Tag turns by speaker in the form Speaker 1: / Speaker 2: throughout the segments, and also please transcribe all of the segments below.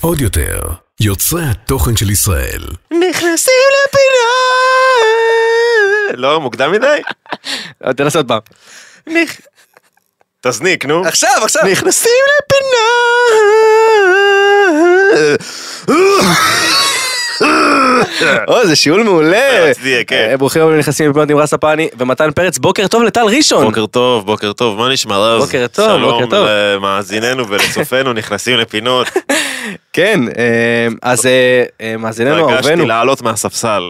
Speaker 1: עוד יותר, יוצרי התוכן של ישראל.
Speaker 2: נכנסים לפינה! לא, מוקדם מדי?
Speaker 3: אה, תנסה עוד פעם.
Speaker 2: נכ- תזניק, נו.
Speaker 3: עכשיו, עכשיו.
Speaker 2: נכנסים אה. לפינה!
Speaker 3: או, זה שיעול מעולה.
Speaker 2: מצדיע, כן.
Speaker 3: אה, ברוכים הבאים נכנסים לפינות עם רס הפני ומתן פרץ. בוקר טוב לטל ראשון.
Speaker 2: בוקר טוב, בוקר טוב, מה נשמע רז?
Speaker 3: בוקר טוב, בוקר טוב.
Speaker 2: שלום למאזיננו ולצופינו, נכנסים לפינות.
Speaker 3: כן, אה, אז אה, אה, מאזיננו
Speaker 2: הרגשתי
Speaker 3: אהובנו.
Speaker 2: לעלות מהספסל.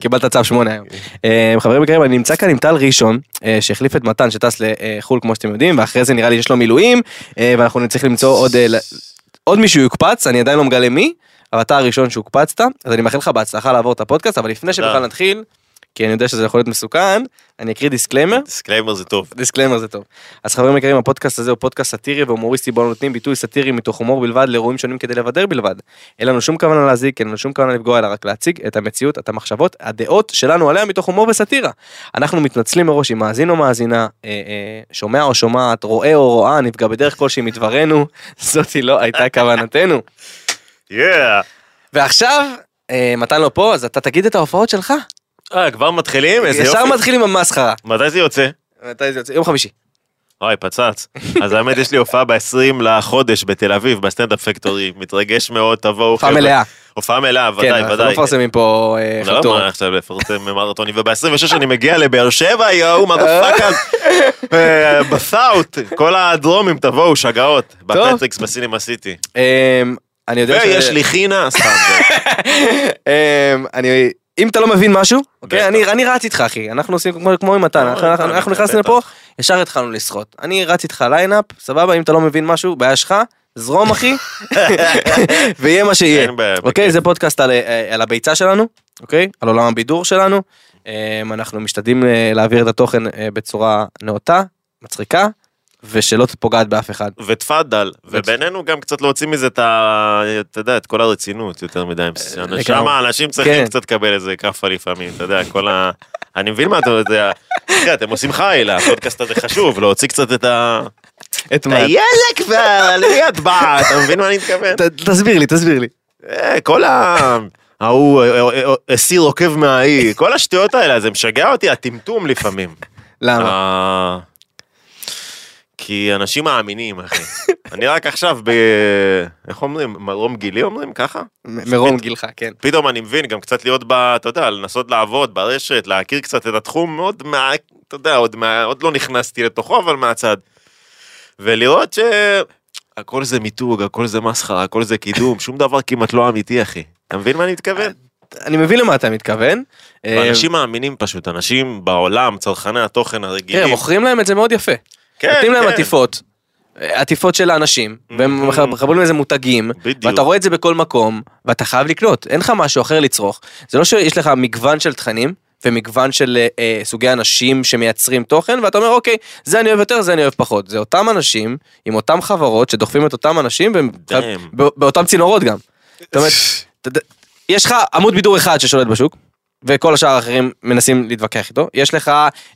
Speaker 3: קיבלת צו שמונה היום. אה, חברים יקרים, אני נמצא כאן עם טל ראשון, אה, שהחליף את מתן שטס לחו"ל כמו שאתם יודעים, ואחרי זה נראה לי יש לו מילואים, אה, ואנחנו נצטרך למצוא עוד אה, ל- עוד מישהו יוקפץ, אני עדיין לא מגלה מי, אבל אתה הראשון שהוקפצת, אז אני מאחל לך בהצלחה לעבור את הפודקאסט, אבל לפני שבכלל נתחיל, כי אני יודע שזה יכול להיות מסוכן, אני אקריא דיסקליימר.
Speaker 2: דיסקליימר זה טוב.
Speaker 3: דיסקליימר זה טוב. אז חברים יקרים, הפודקאסט הזה הוא פודקאסט סאטירי והומוריסטי בו אנו נותנים ביטוי סאטירי מתוך הומור בלבד לאירועים שונים כדי לבדר בלבד. אין לנו שום כוונה להזיק, אין לנו שום כוונה לפגוע, אלא רק להציג את המציאות, את המחשבות, הדעות שלנו עליה מתוך הומור וסאטירה. אנחנו מתנצלים מראש אם מאזין או מאזינה, אה, אה, שומע או שומעת, רואה או רואה, נפגע בדרך כלשהי מדברנו, זאתי לא הייתה כוונתנו.
Speaker 2: יאה.
Speaker 3: ועכשיו, אה, מתן לא פה, אז אתה תגיד את ההופעות שלך.
Speaker 2: אה, כבר מתחילים? איזה
Speaker 3: ישר
Speaker 2: יופי.
Speaker 3: מתחיל עם המסחרה.
Speaker 2: מתי זה יוצא? אוקיי,
Speaker 3: מתי זה יוצא? יום חמישי.
Speaker 2: אוי, פצץ. אז האמת, יש לי הופעה ב-20 לחודש בתל אביב, בסטנדאפ פקטורי. מתרגש מאוד, תבואו.
Speaker 3: הופעה
Speaker 2: חבר'ה.
Speaker 3: מלאה.
Speaker 2: הופעה מלאה, אוקיי. ודאי,
Speaker 3: כן,
Speaker 2: ודאי.
Speaker 3: אנחנו לא מפרסמים פה אה,
Speaker 2: לא
Speaker 3: חלטורה.
Speaker 2: מה עכשיו לפרסם מרתונים, וב-26 אני מגיע לבאר שבע, יואו,
Speaker 3: אה.
Speaker 2: מרפאקה, בסאוט, כל הדרומים, תבואו, שגעות, בפטריקס, בסינמה סיטי.
Speaker 3: אמ, אני יודע
Speaker 2: ויש לי חינה, סתם, זה-
Speaker 3: אמ, אני... אם אתה לא מבין משהו, אוקיי?
Speaker 2: בטח.
Speaker 3: אני, אני רץ איתך אחי, אנחנו עושים כמו, כמו עם מתן,
Speaker 2: לא,
Speaker 3: אנחנו,
Speaker 2: בטח,
Speaker 3: אנחנו, אנחנו
Speaker 2: בטח,
Speaker 3: נכנסנו
Speaker 2: בטח.
Speaker 3: לפה, ישר התחלנו לשחות. אני רץ איתך ליינאפ, סבבה, אם אתה לא מבין משהו, בעיה שלך, זרום אחי, ויהיה מה שיהיה.
Speaker 2: אין בעיה,
Speaker 3: אוקיי,
Speaker 2: בכיף.
Speaker 3: זה פודקאסט על, אה, על הביצה שלנו, אוקיי? על עולם הבידור שלנו. אמ, אנחנו משתדלים אה, להעביר את התוכן אה, בצורה נאותה, מצחיקה, ושלא פוגעת באף אחד.
Speaker 2: ותפאדל, ובינינו גם קצת להוציא מזה את ה... אתה יודע, את כל הרצינות יותר מדי.
Speaker 3: אה, לגמרי.
Speaker 2: שם האנשים צריכים
Speaker 3: כן.
Speaker 2: קצת לקבל איזה כאפה לפעמים, אתה יודע, כל ה... אני מבין מה אתה יודע. אחי, אתם עושים חיל, הפודקאסט הזה חשוב, להוציא קצת את ה...
Speaker 3: את מה?
Speaker 2: יאללה כבר, על מי את באה? אתה מבין מה אני מתכוון?
Speaker 3: ת- תסביר לי, תסביר לי.
Speaker 2: אה, כל ה... ההוא אה, אה, אה, הסיר עוקב מהאי, כל השטויות האלה, זה משגע אותי, הטמטום לפעמים.
Speaker 3: למה?
Speaker 2: אה, כי אנשים מאמינים, אחי. אני רק עכשיו ב... איך אומרים? מרום גילי אומרים? ככה?
Speaker 3: מ- מרום גילך, כן.
Speaker 2: פתאום אני מבין, גם קצת להיות ב... אתה יודע, לנסות לעבוד ברשת, להכיר קצת את התחום, עוד מה... אתה יודע, עוד, מה, עוד לא נכנסתי לתוכו, אבל מהצד. ולראות שהכל זה מיתוג, הכל זה מסחרה, הכל זה קידום, שום דבר כמעט לא אמיתי, אחי. אתה מבין מה אני מתכוון?
Speaker 3: אני מבין למה אתה מתכוון. אה,
Speaker 2: אנשים מאמינים פשוט, אנשים בעולם, צרכני התוכן
Speaker 3: תראה,
Speaker 2: הרגילים.
Speaker 3: מוכרים להם את זה מאוד יפה.
Speaker 2: כן,
Speaker 3: כן, נותנים להם
Speaker 2: כן.
Speaker 3: עטיפות. אה, עטיפות של האנשים, והם
Speaker 2: Mhm.
Speaker 3: מחברים לזה מותגים,
Speaker 2: בדיוק.
Speaker 3: ואתה רואה את זה בכל מקום, ואתה חייב לקנות, אין לך משהו אחר לצרוך. זה לא שיש לך מגוון של תכנים, ומגוון של אה, אה, סוגי אנשים שמייצרים תוכן, ואתה אומר, אוקיי, זה אני אוהב יותר, זה אני אוהב פחות. זה אותם אנשים, עם אותם חברות, שדוחפים את אותם אנשים, והם-
Speaker 2: Damn.
Speaker 3: בא- באותם צינורות גם. זאת אומרת, אתה יודע, יש לך עמוד בידור אחד ששולט בשוק, וכל השאר האחרים מנסים להתווכח איתו. יש לך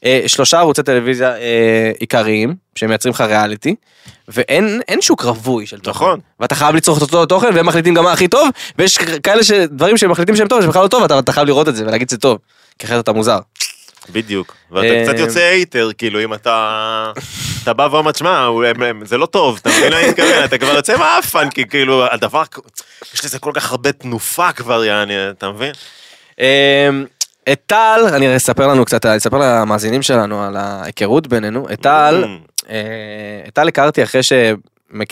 Speaker 3: אה, שלושה ערוצי טלוויזיה אה, עיקריים, שמייצרים לך ריאליטי, ואין אין שוק רווי של תוכן.
Speaker 2: נכון.
Speaker 3: ואתה חייב לצרוך את אותו תוכן, והם מחליטים גם מה הכי טוב, ויש כאלה ש- דברים שהם מחליטים שהם טוב, שבכלל לא טוב, אתה, אתה חייב לראות את זה ולהגיד שזה טוב, כי אחרת אתה מוזר.
Speaker 2: בדיוק. ואתה
Speaker 3: אה,
Speaker 2: קצת יוצא הייטר, כאילו, אם אתה... אתה בא ואומר, שמע, הוא- הם- הם- זה לא טוב, אתה מבין מה אני מתכוון? אתה כבר יוצא מהאפן, כי כאילו, הדבר... יש לזה כל כך הרבה תנופה כבר, יעני, אתה מבין?
Speaker 3: אה, את טל, אני אספר לנו קצת, אני אספר למאזינים שלנו על ההיכרות בינינו, את
Speaker 2: Mm.
Speaker 3: טל, אה, את טל הכרתי אחרי שהם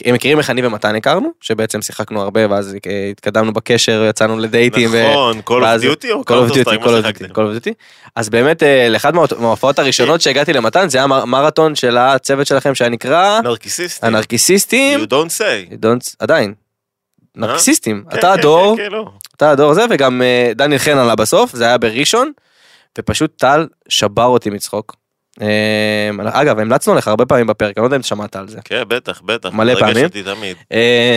Speaker 3: מכירים איך אני ומתן הכרנו, שבעצם שיחקנו הרבה ואז אה, התקדמנו בקשר, יצאנו לדייטים. ו-
Speaker 2: נכון, Call of
Speaker 3: ואז-
Speaker 2: Duty או
Speaker 3: Call of
Speaker 2: Counter Strike?
Speaker 3: Duty,
Speaker 2: מה
Speaker 3: Call of
Speaker 2: שיחקתם?
Speaker 3: Duty, Call of Duty. אז באמת, אה, לאחד מההופ- מההופעות הראשונות שהגעתי למתן, זה היה מר- מרתון של הצוות שלכם שהיה נקרא
Speaker 2: נרקיסיסטי.
Speaker 3: הנרקיסיסטים.
Speaker 2: You don't say.
Speaker 3: You don't- עדיין. נרקיסיסטים.
Speaker 2: כן,
Speaker 3: אתה
Speaker 2: כן,
Speaker 3: הדור,
Speaker 2: כן, כן, לא.
Speaker 3: אתה הדור הזה, וגם אה, דניאל חן עלה בסוף, זה היה בראשון, ופשוט טל שבר אותי מצחוק. אמ, אגב, המלצנו עליך הרבה פעמים בפרק, אני לא יודע אם שמעת על זה.
Speaker 2: כן, בטח, בטח.
Speaker 3: מלא פעמים.
Speaker 2: רגש אותי תמיד.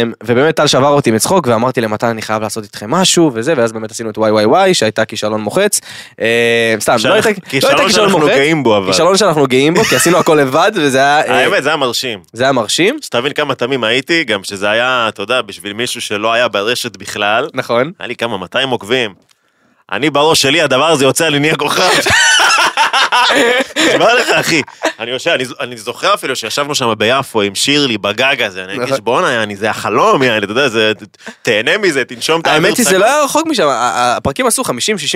Speaker 3: אמ, ובאמת טל שבר אותי מצחוק ואמרתי למתן אני חייב לעשות איתכם משהו וזה ואז באמת עשינו את וואי וואי וואי שהייתה כישלון מוחץ. אמ, סתם, לא הייתה לא הייתה
Speaker 2: כישלון
Speaker 3: כישלון
Speaker 2: שאנחנו
Speaker 3: מוחץ,
Speaker 2: גאים בו אבל.
Speaker 3: כישלון שאנחנו גאים בו כי עשינו הכל לבד וזה היה, אה,
Speaker 2: האמת, זה היה מרשים.
Speaker 3: זה היה מרשים.
Speaker 2: שתבין כמה תמים הייתי, גם שזה היה, אתה יודע, בשביל מישהו שלא היה ברשת בכלל.
Speaker 3: נכון.
Speaker 2: היה לי כמה 200 עוקבים. אני בראש שלי, הדבר הזה יוצא, אני נהיה כוכב. נשבע לך, אחי. אני יושב, אני, אני זוכר אפילו שישבנו שם ביפו עם שירלי בגג הזה, אני אגיד
Speaker 3: נכון.
Speaker 2: בואנה, יעני, זה החלום, יעני, אתה יודע, זה, תהנה מזה, תנשום את האוויר.
Speaker 3: האמת היא
Speaker 2: סגור."
Speaker 3: זה לא היה רחוק משם, ה- ה- הפרקים עשו 50-60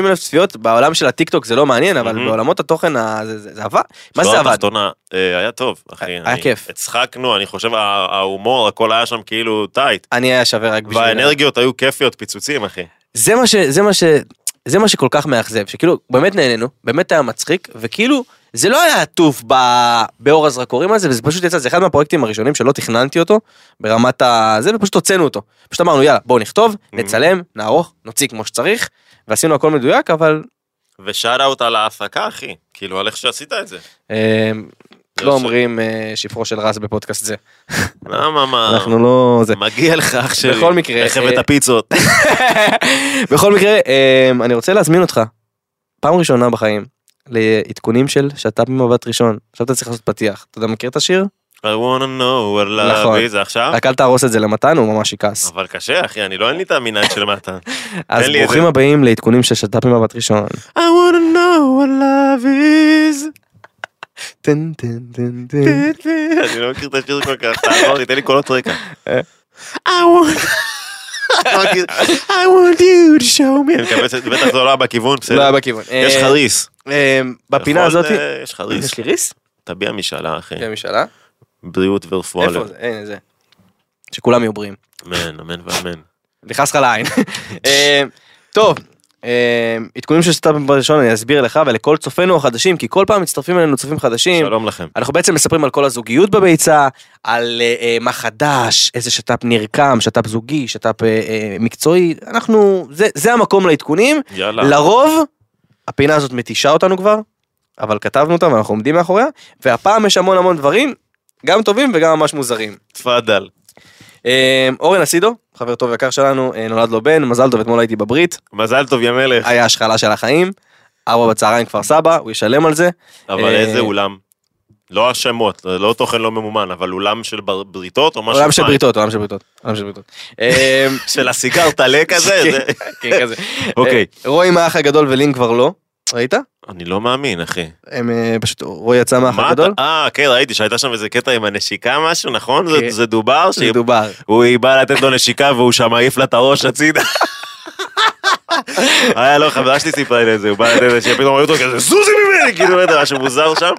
Speaker 3: אלף צפיות בעולם של הטיק טוק זה לא מעניין אבל
Speaker 2: מהמם.
Speaker 3: בעולמות התוכן ה- זה- זה זה עבד. מה
Speaker 2: לא,
Speaker 3: זה עבד?
Speaker 2: התחתונה, אה, היה טוב, אחי.
Speaker 3: היה
Speaker 2: אני-
Speaker 3: כיף.
Speaker 2: הצחקנו, אני חושב, ה- ההומור, הכל היה שם כאילו טייט.
Speaker 3: אני היה שווה רק בשביל...
Speaker 2: והאנרגיות היו כיפיות, פיצוצים, אחי.
Speaker 3: זה מה ש... זה מה ש... זה מה שכל כך מאכזב, שכאילו באמת נהנינו, באמת היה מצחיק, וכאילו זה לא היה עטוף ב... באור הזרקורים הזה, וזה פשוט יצא, זה אחד מהפרויקטים הראשונים שלא תכננתי אותו, ברמת ה... זה, ופשוט הוצאנו אותו. פשוט אמרנו יאללה בואו נכתוב, נצלם, נערוך, נוציא כמו שצריך, ועשינו הכל מדויק, אבל
Speaker 2: ושאט אאוט על ההפקה, אחי. כאילו, על איך שעשית את זה.
Speaker 3: אה,
Speaker 2: זה
Speaker 3: לא
Speaker 2: ש-
Speaker 3: אומרים אה, שפרו של רז בפודקאסט זה.
Speaker 2: למה, מה?
Speaker 3: אנחנו לא... זה.
Speaker 2: מגיע לך, אח שלי.
Speaker 3: בכל מקרה,
Speaker 2: איך
Speaker 3: אה,
Speaker 2: הבאת פיצות?
Speaker 3: בכל מקרה, אה, אני רוצה להזמין אותך, פעם ראשונה בחיים, לעדכונים של שת"פ ממבט ראשון. עכשיו אתה צריך לעשות פתיח. אתה יודע, מכיר את השיר?
Speaker 2: I wanna know what
Speaker 3: נכון.
Speaker 2: love is זה עכשיו?
Speaker 3: רק אל תהרוס את זה למתן, הוא ממש יכעס.
Speaker 2: אבל קשה, אחי, אני לא אין לי את המנהג של מטה.
Speaker 3: אז
Speaker 2: אוקיי. לי
Speaker 3: ברוכים
Speaker 2: איזה-
Speaker 3: הבאים לעדכונים של שת"פ ממבט ראשון.
Speaker 2: I wanna know what love is.
Speaker 3: טן, טן, טן, טן.
Speaker 2: אני לא מכיר את השיר כל כך, תעבור לי, תן לי קולות רקע. I want... I want you to show me. אני מקווה שבטח זה לא היה בכיוון,
Speaker 3: כן, לא היה
Speaker 2: בסדר.
Speaker 3: בכיוון.
Speaker 2: יש לך ריס.
Speaker 3: אה, בפינה
Speaker 2: יכול,
Speaker 3: הזאת...
Speaker 2: אה, יש לך ריס.
Speaker 3: יש לי ריס?
Speaker 2: תביע משאלה, אחי.
Speaker 3: כן, משאלה.
Speaker 2: בריאות ורפואה.
Speaker 3: איפה זה? אין, זה. שכולם יהיו בריאים.
Speaker 2: אמן, אמן ואמן.
Speaker 3: נכנס לך לעין. אה, טוב, אה, עדכונים של סטאפ בראשון אני אסביר לך ולכל צופינו החדשים, כי כל פעם מצטרפים אלינו צופים חדשים.
Speaker 2: שלום לכם.
Speaker 3: אנחנו בעצם מספרים על כל הזוגיות בביצה, על אה, אה, מה חדש, איזה שת"פ נרקם, שת"פ זוגי, שת"פ אה, אה, מקצועי, אנחנו, זה, זה המקום לעדכונים.
Speaker 2: יאללה.
Speaker 3: לרוב, הפינה הזאת מתישה אותנו כבר, אבל כתבנו אותה ואנחנו עומדים מאחוריה, והפעם יש המון המון דברים, גם טובים וגם ממש מוזרים.
Speaker 2: תפאדל.
Speaker 3: אה, אורן אסידו, חבר טוב ויקר שלנו, אה, נולד לו בן, מזל טוב, אתמול הייתי בברית,
Speaker 2: מזל טוב, יא מלך.
Speaker 3: היה השחלה של החיים, ארבע בצהריים כפר סבא, הוא ישלם על זה.
Speaker 2: אבל
Speaker 3: אה,
Speaker 2: איזה אולם. לא השמות, לא תוכן לא ממומן, אבל אולם של בר- בריתות או משהו.
Speaker 3: עולם של
Speaker 2: פאנק.
Speaker 3: בריתות, עולם של בריתות, עולם של בריתות. אה,
Speaker 2: של הסיגר טלה כזה. זה-
Speaker 3: כן, כזה.
Speaker 2: אוקיי.
Speaker 3: אה, רוי מהאח הגדול ולין כבר לא, ראית?
Speaker 2: אני לא מאמין, אחי.
Speaker 3: הם אה, פשוט, רוי יצא מהאח
Speaker 2: מה אתה...
Speaker 3: הגדול?
Speaker 2: אה, כן, ראיתי שהייתה שם איזה קטע עם הנשיקה משהו, נכון? זה-
Speaker 3: כן.
Speaker 2: זה דובר?
Speaker 3: זה
Speaker 2: שהיא-
Speaker 3: דובר.
Speaker 2: הוא היא באה לתת לו נשיקה והוא שם מעיף לה את הראש הצידה. היה לא, חברה שלי סיפרה לי את זה, הוא בא לתת את זה, שפתאום ראו אותו כזה, זוזי ממני, כאילו, לא יודע, משהו מוזר שם.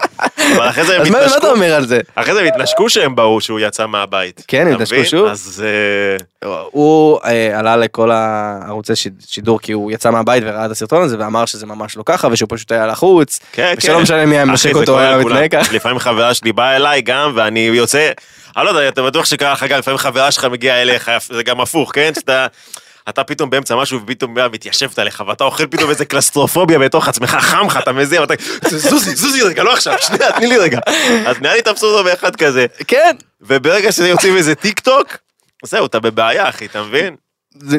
Speaker 2: אבל אחרי זה הם
Speaker 3: אז מה מה אתה
Speaker 2: התנשקו,
Speaker 3: אומר על זה?
Speaker 2: אחרי זה הם התנשקו שהם באו שהוא יצא מהבית.
Speaker 3: כן, הם
Speaker 2: אתה
Speaker 3: התנשקו
Speaker 2: מבין?
Speaker 3: שוב.
Speaker 2: אז אה,
Speaker 3: הוא אה, עלה לכל הערוצי שיד- שידור כי הוא יצא מהבית וראה את הסרטון הזה ואמר שזה ממש לא ככה ושהוא פשוט היה לחוץ.
Speaker 2: כן, כן.
Speaker 3: ושלא משנה מי היה
Speaker 2: אחי,
Speaker 3: מנשק
Speaker 2: זה
Speaker 3: אותו,
Speaker 2: קורה
Speaker 3: היה
Speaker 2: לכולם.
Speaker 3: מתנהג ככה.
Speaker 2: לפעמים חברה שלי באה אליי גם, ואני יוצא, אני לא יודע, אתה בטוח שקרה לך גם, לפעמים חברה שלך מגיעה אליך, זה גם הפוך, כן? שאתה... אתה פתאום באמצע משהו ופתאום בא, מתיישבת עליך ואתה אוכל פתאום איזה קלסטרופוביה בתוך עצמך, חם לך, אתה מזיע, ואתה זוזי, זוזי רגע, לא עכשיו, שנייה, תני לי רגע. אז נראה לי תפסו אותו באחד כזה,
Speaker 3: כן.
Speaker 2: וברגע שיוצאים איזה טיק טוק, זהו, אתה בבעיה, אחי, אתה מבין?
Speaker 3: זה-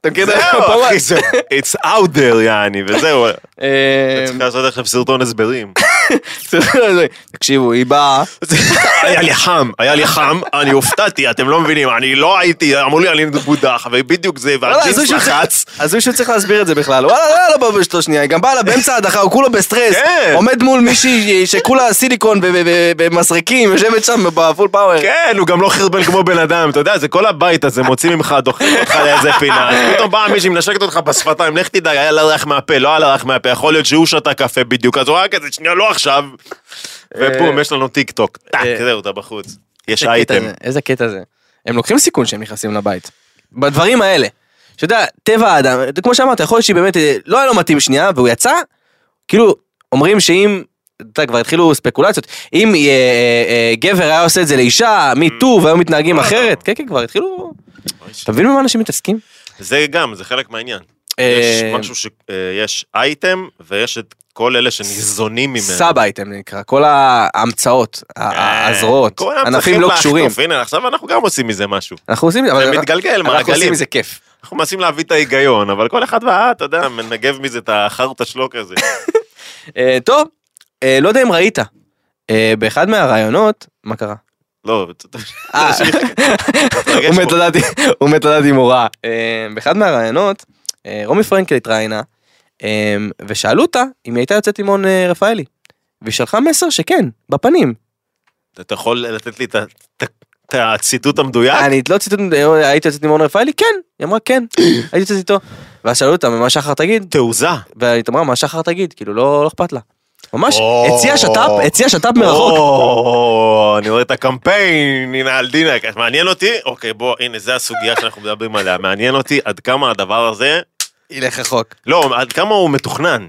Speaker 3: אתה מכיר את זה?
Speaker 2: זהו,
Speaker 3: פה-
Speaker 2: אחי, זה, it's out there, יעני, וזהו, אתה
Speaker 3: אה,
Speaker 2: צריך לעשות עכשיו סרטון הסברים.
Speaker 3: תקשיבו, היא באה,
Speaker 2: היה לי חם, היה לי חם, אני הופתעתי, אתם לא מבינים, אני לא הייתי, אמרו לי, אני מודח, ובדיוק זה,
Speaker 3: וואלה, הזוי
Speaker 2: והג'ינס
Speaker 3: לא, שהוא
Speaker 2: לחץ.
Speaker 3: צריך- הזוי שהוא צריך להסביר את זה בכלל, וואלה, לא היה לו בבש שלו שנייה, היא גם באה לה באמצע ההדחה, הוא כולו בסטרס,
Speaker 2: כן.
Speaker 3: עומד מול מישהי שכולה סיליקון ו- ו- ו- במסרקים, יושבת שם בפול פאוור.
Speaker 2: כן, הוא גם לא חרבן כמו בן אדם, אתה יודע, זה כל הבית הזה, מוציא ממך, דוחק אותך לאיזה פינה, אז פתאום באה מישהי, מנשקת אותך בשפתיים, לך תדע, היה לה ריח מהפה, לא היה לה ריח מהפה, יכול להיות שהוא שתה קפה בדיוק, אז הוא היה כזה, שנייה, לא עכשיו. ובום, יש לנו טיק טוק, טאק,
Speaker 3: אה,
Speaker 2: זהו, אתה בחוץ. יש
Speaker 3: איזה קטע
Speaker 2: אייטם.
Speaker 3: זה, איזה קטע זה. הם לוקחים סיכון שהם נכנסים לבית. בדברים האלה. שאתה יודע, טבע האדם, כמו שאמרת, יכול להיות שהיא באמת, אה, לא היה לו מתאים שנייה, והוא יצא, כאילו, אומרים שאם, אתה יודע, כבר התחילו ספקולציות, אם אה, אה, אה, גבר היה עושה את זה לאישה,
Speaker 2: Mm.
Speaker 3: מיטו, והיו
Speaker 2: לא,
Speaker 3: מתנהגים אחרת, כן, כן, כבר התחילו, אתה מבין במה אנשים מתעסקים?
Speaker 2: זה גם, זה חלק מהעניין. יש
Speaker 3: אה,
Speaker 2: משהו ש... אה, יש אייטם, ויש את כל אלה שניזונים ממנו.
Speaker 3: סאב אייטם נקרא, כל ההמצאות, ה- ה-
Speaker 2: אה,
Speaker 3: הזרועות,
Speaker 2: כל היום
Speaker 3: ענפים
Speaker 2: צריכים
Speaker 3: לא
Speaker 2: לחטוף.
Speaker 3: קשורים.
Speaker 2: הנה, עכשיו אנחנו גם עושים מזה משהו.
Speaker 3: אנחנו עושים את זה,
Speaker 2: זה
Speaker 3: אבל
Speaker 2: מתגלגל,
Speaker 3: אנחנו עושים
Speaker 2: מעגלים.
Speaker 3: מזה כיף.
Speaker 2: אנחנו מנסים להביא את ההיגיון, אבל כל אחד ואה, אתה יודע, מנגב מזה את החרטא שלו כזה.
Speaker 3: אה, טוב, אה, לא יודע אם ראית, אה, באחד מהראיונות, מה קרה?
Speaker 2: לא,
Speaker 3: אה,
Speaker 2: תתרגש
Speaker 3: הוא
Speaker 2: פה.
Speaker 3: מת לדעת- הוא מת לדעת אם הוא רע. אה, באחד מהראיונות, אה, רומי פרנקל התראיינה, אה, ושאלו אותה אם היא הייתה יוצאת עם רון אה, רפאלי. והיא שלחה מסר שכן, בפנים.
Speaker 2: אתה יכול לתת לי את ה- את ה- את הציטוט המדויק?
Speaker 3: אני לא ציטוט, הייתי יוצאת עם רון רפאלי? כן. היא אמרה כן, הייתי יוצאת איתו. ואז שאלו אותה, מה שחר תגיד?
Speaker 2: תעוזה.
Speaker 3: והיא אמרה, מה שחר תגיד? כאילו, לא לא אכפת לה. ממש,
Speaker 2: או.
Speaker 3: הציע שת"פ, הציע שת"פ מרחוק.
Speaker 2: או, אני רואה את הקמפיין, הנה על דינה, כך, מעניין אותי? אוקיי, בוא, הנה, זה הסוגיה שאנחנו מדברים עליה. מעניין אותי עד כמה הדבר הזה,
Speaker 3: ילך רחוק.
Speaker 2: לא, עד כמה הוא מתוכנן.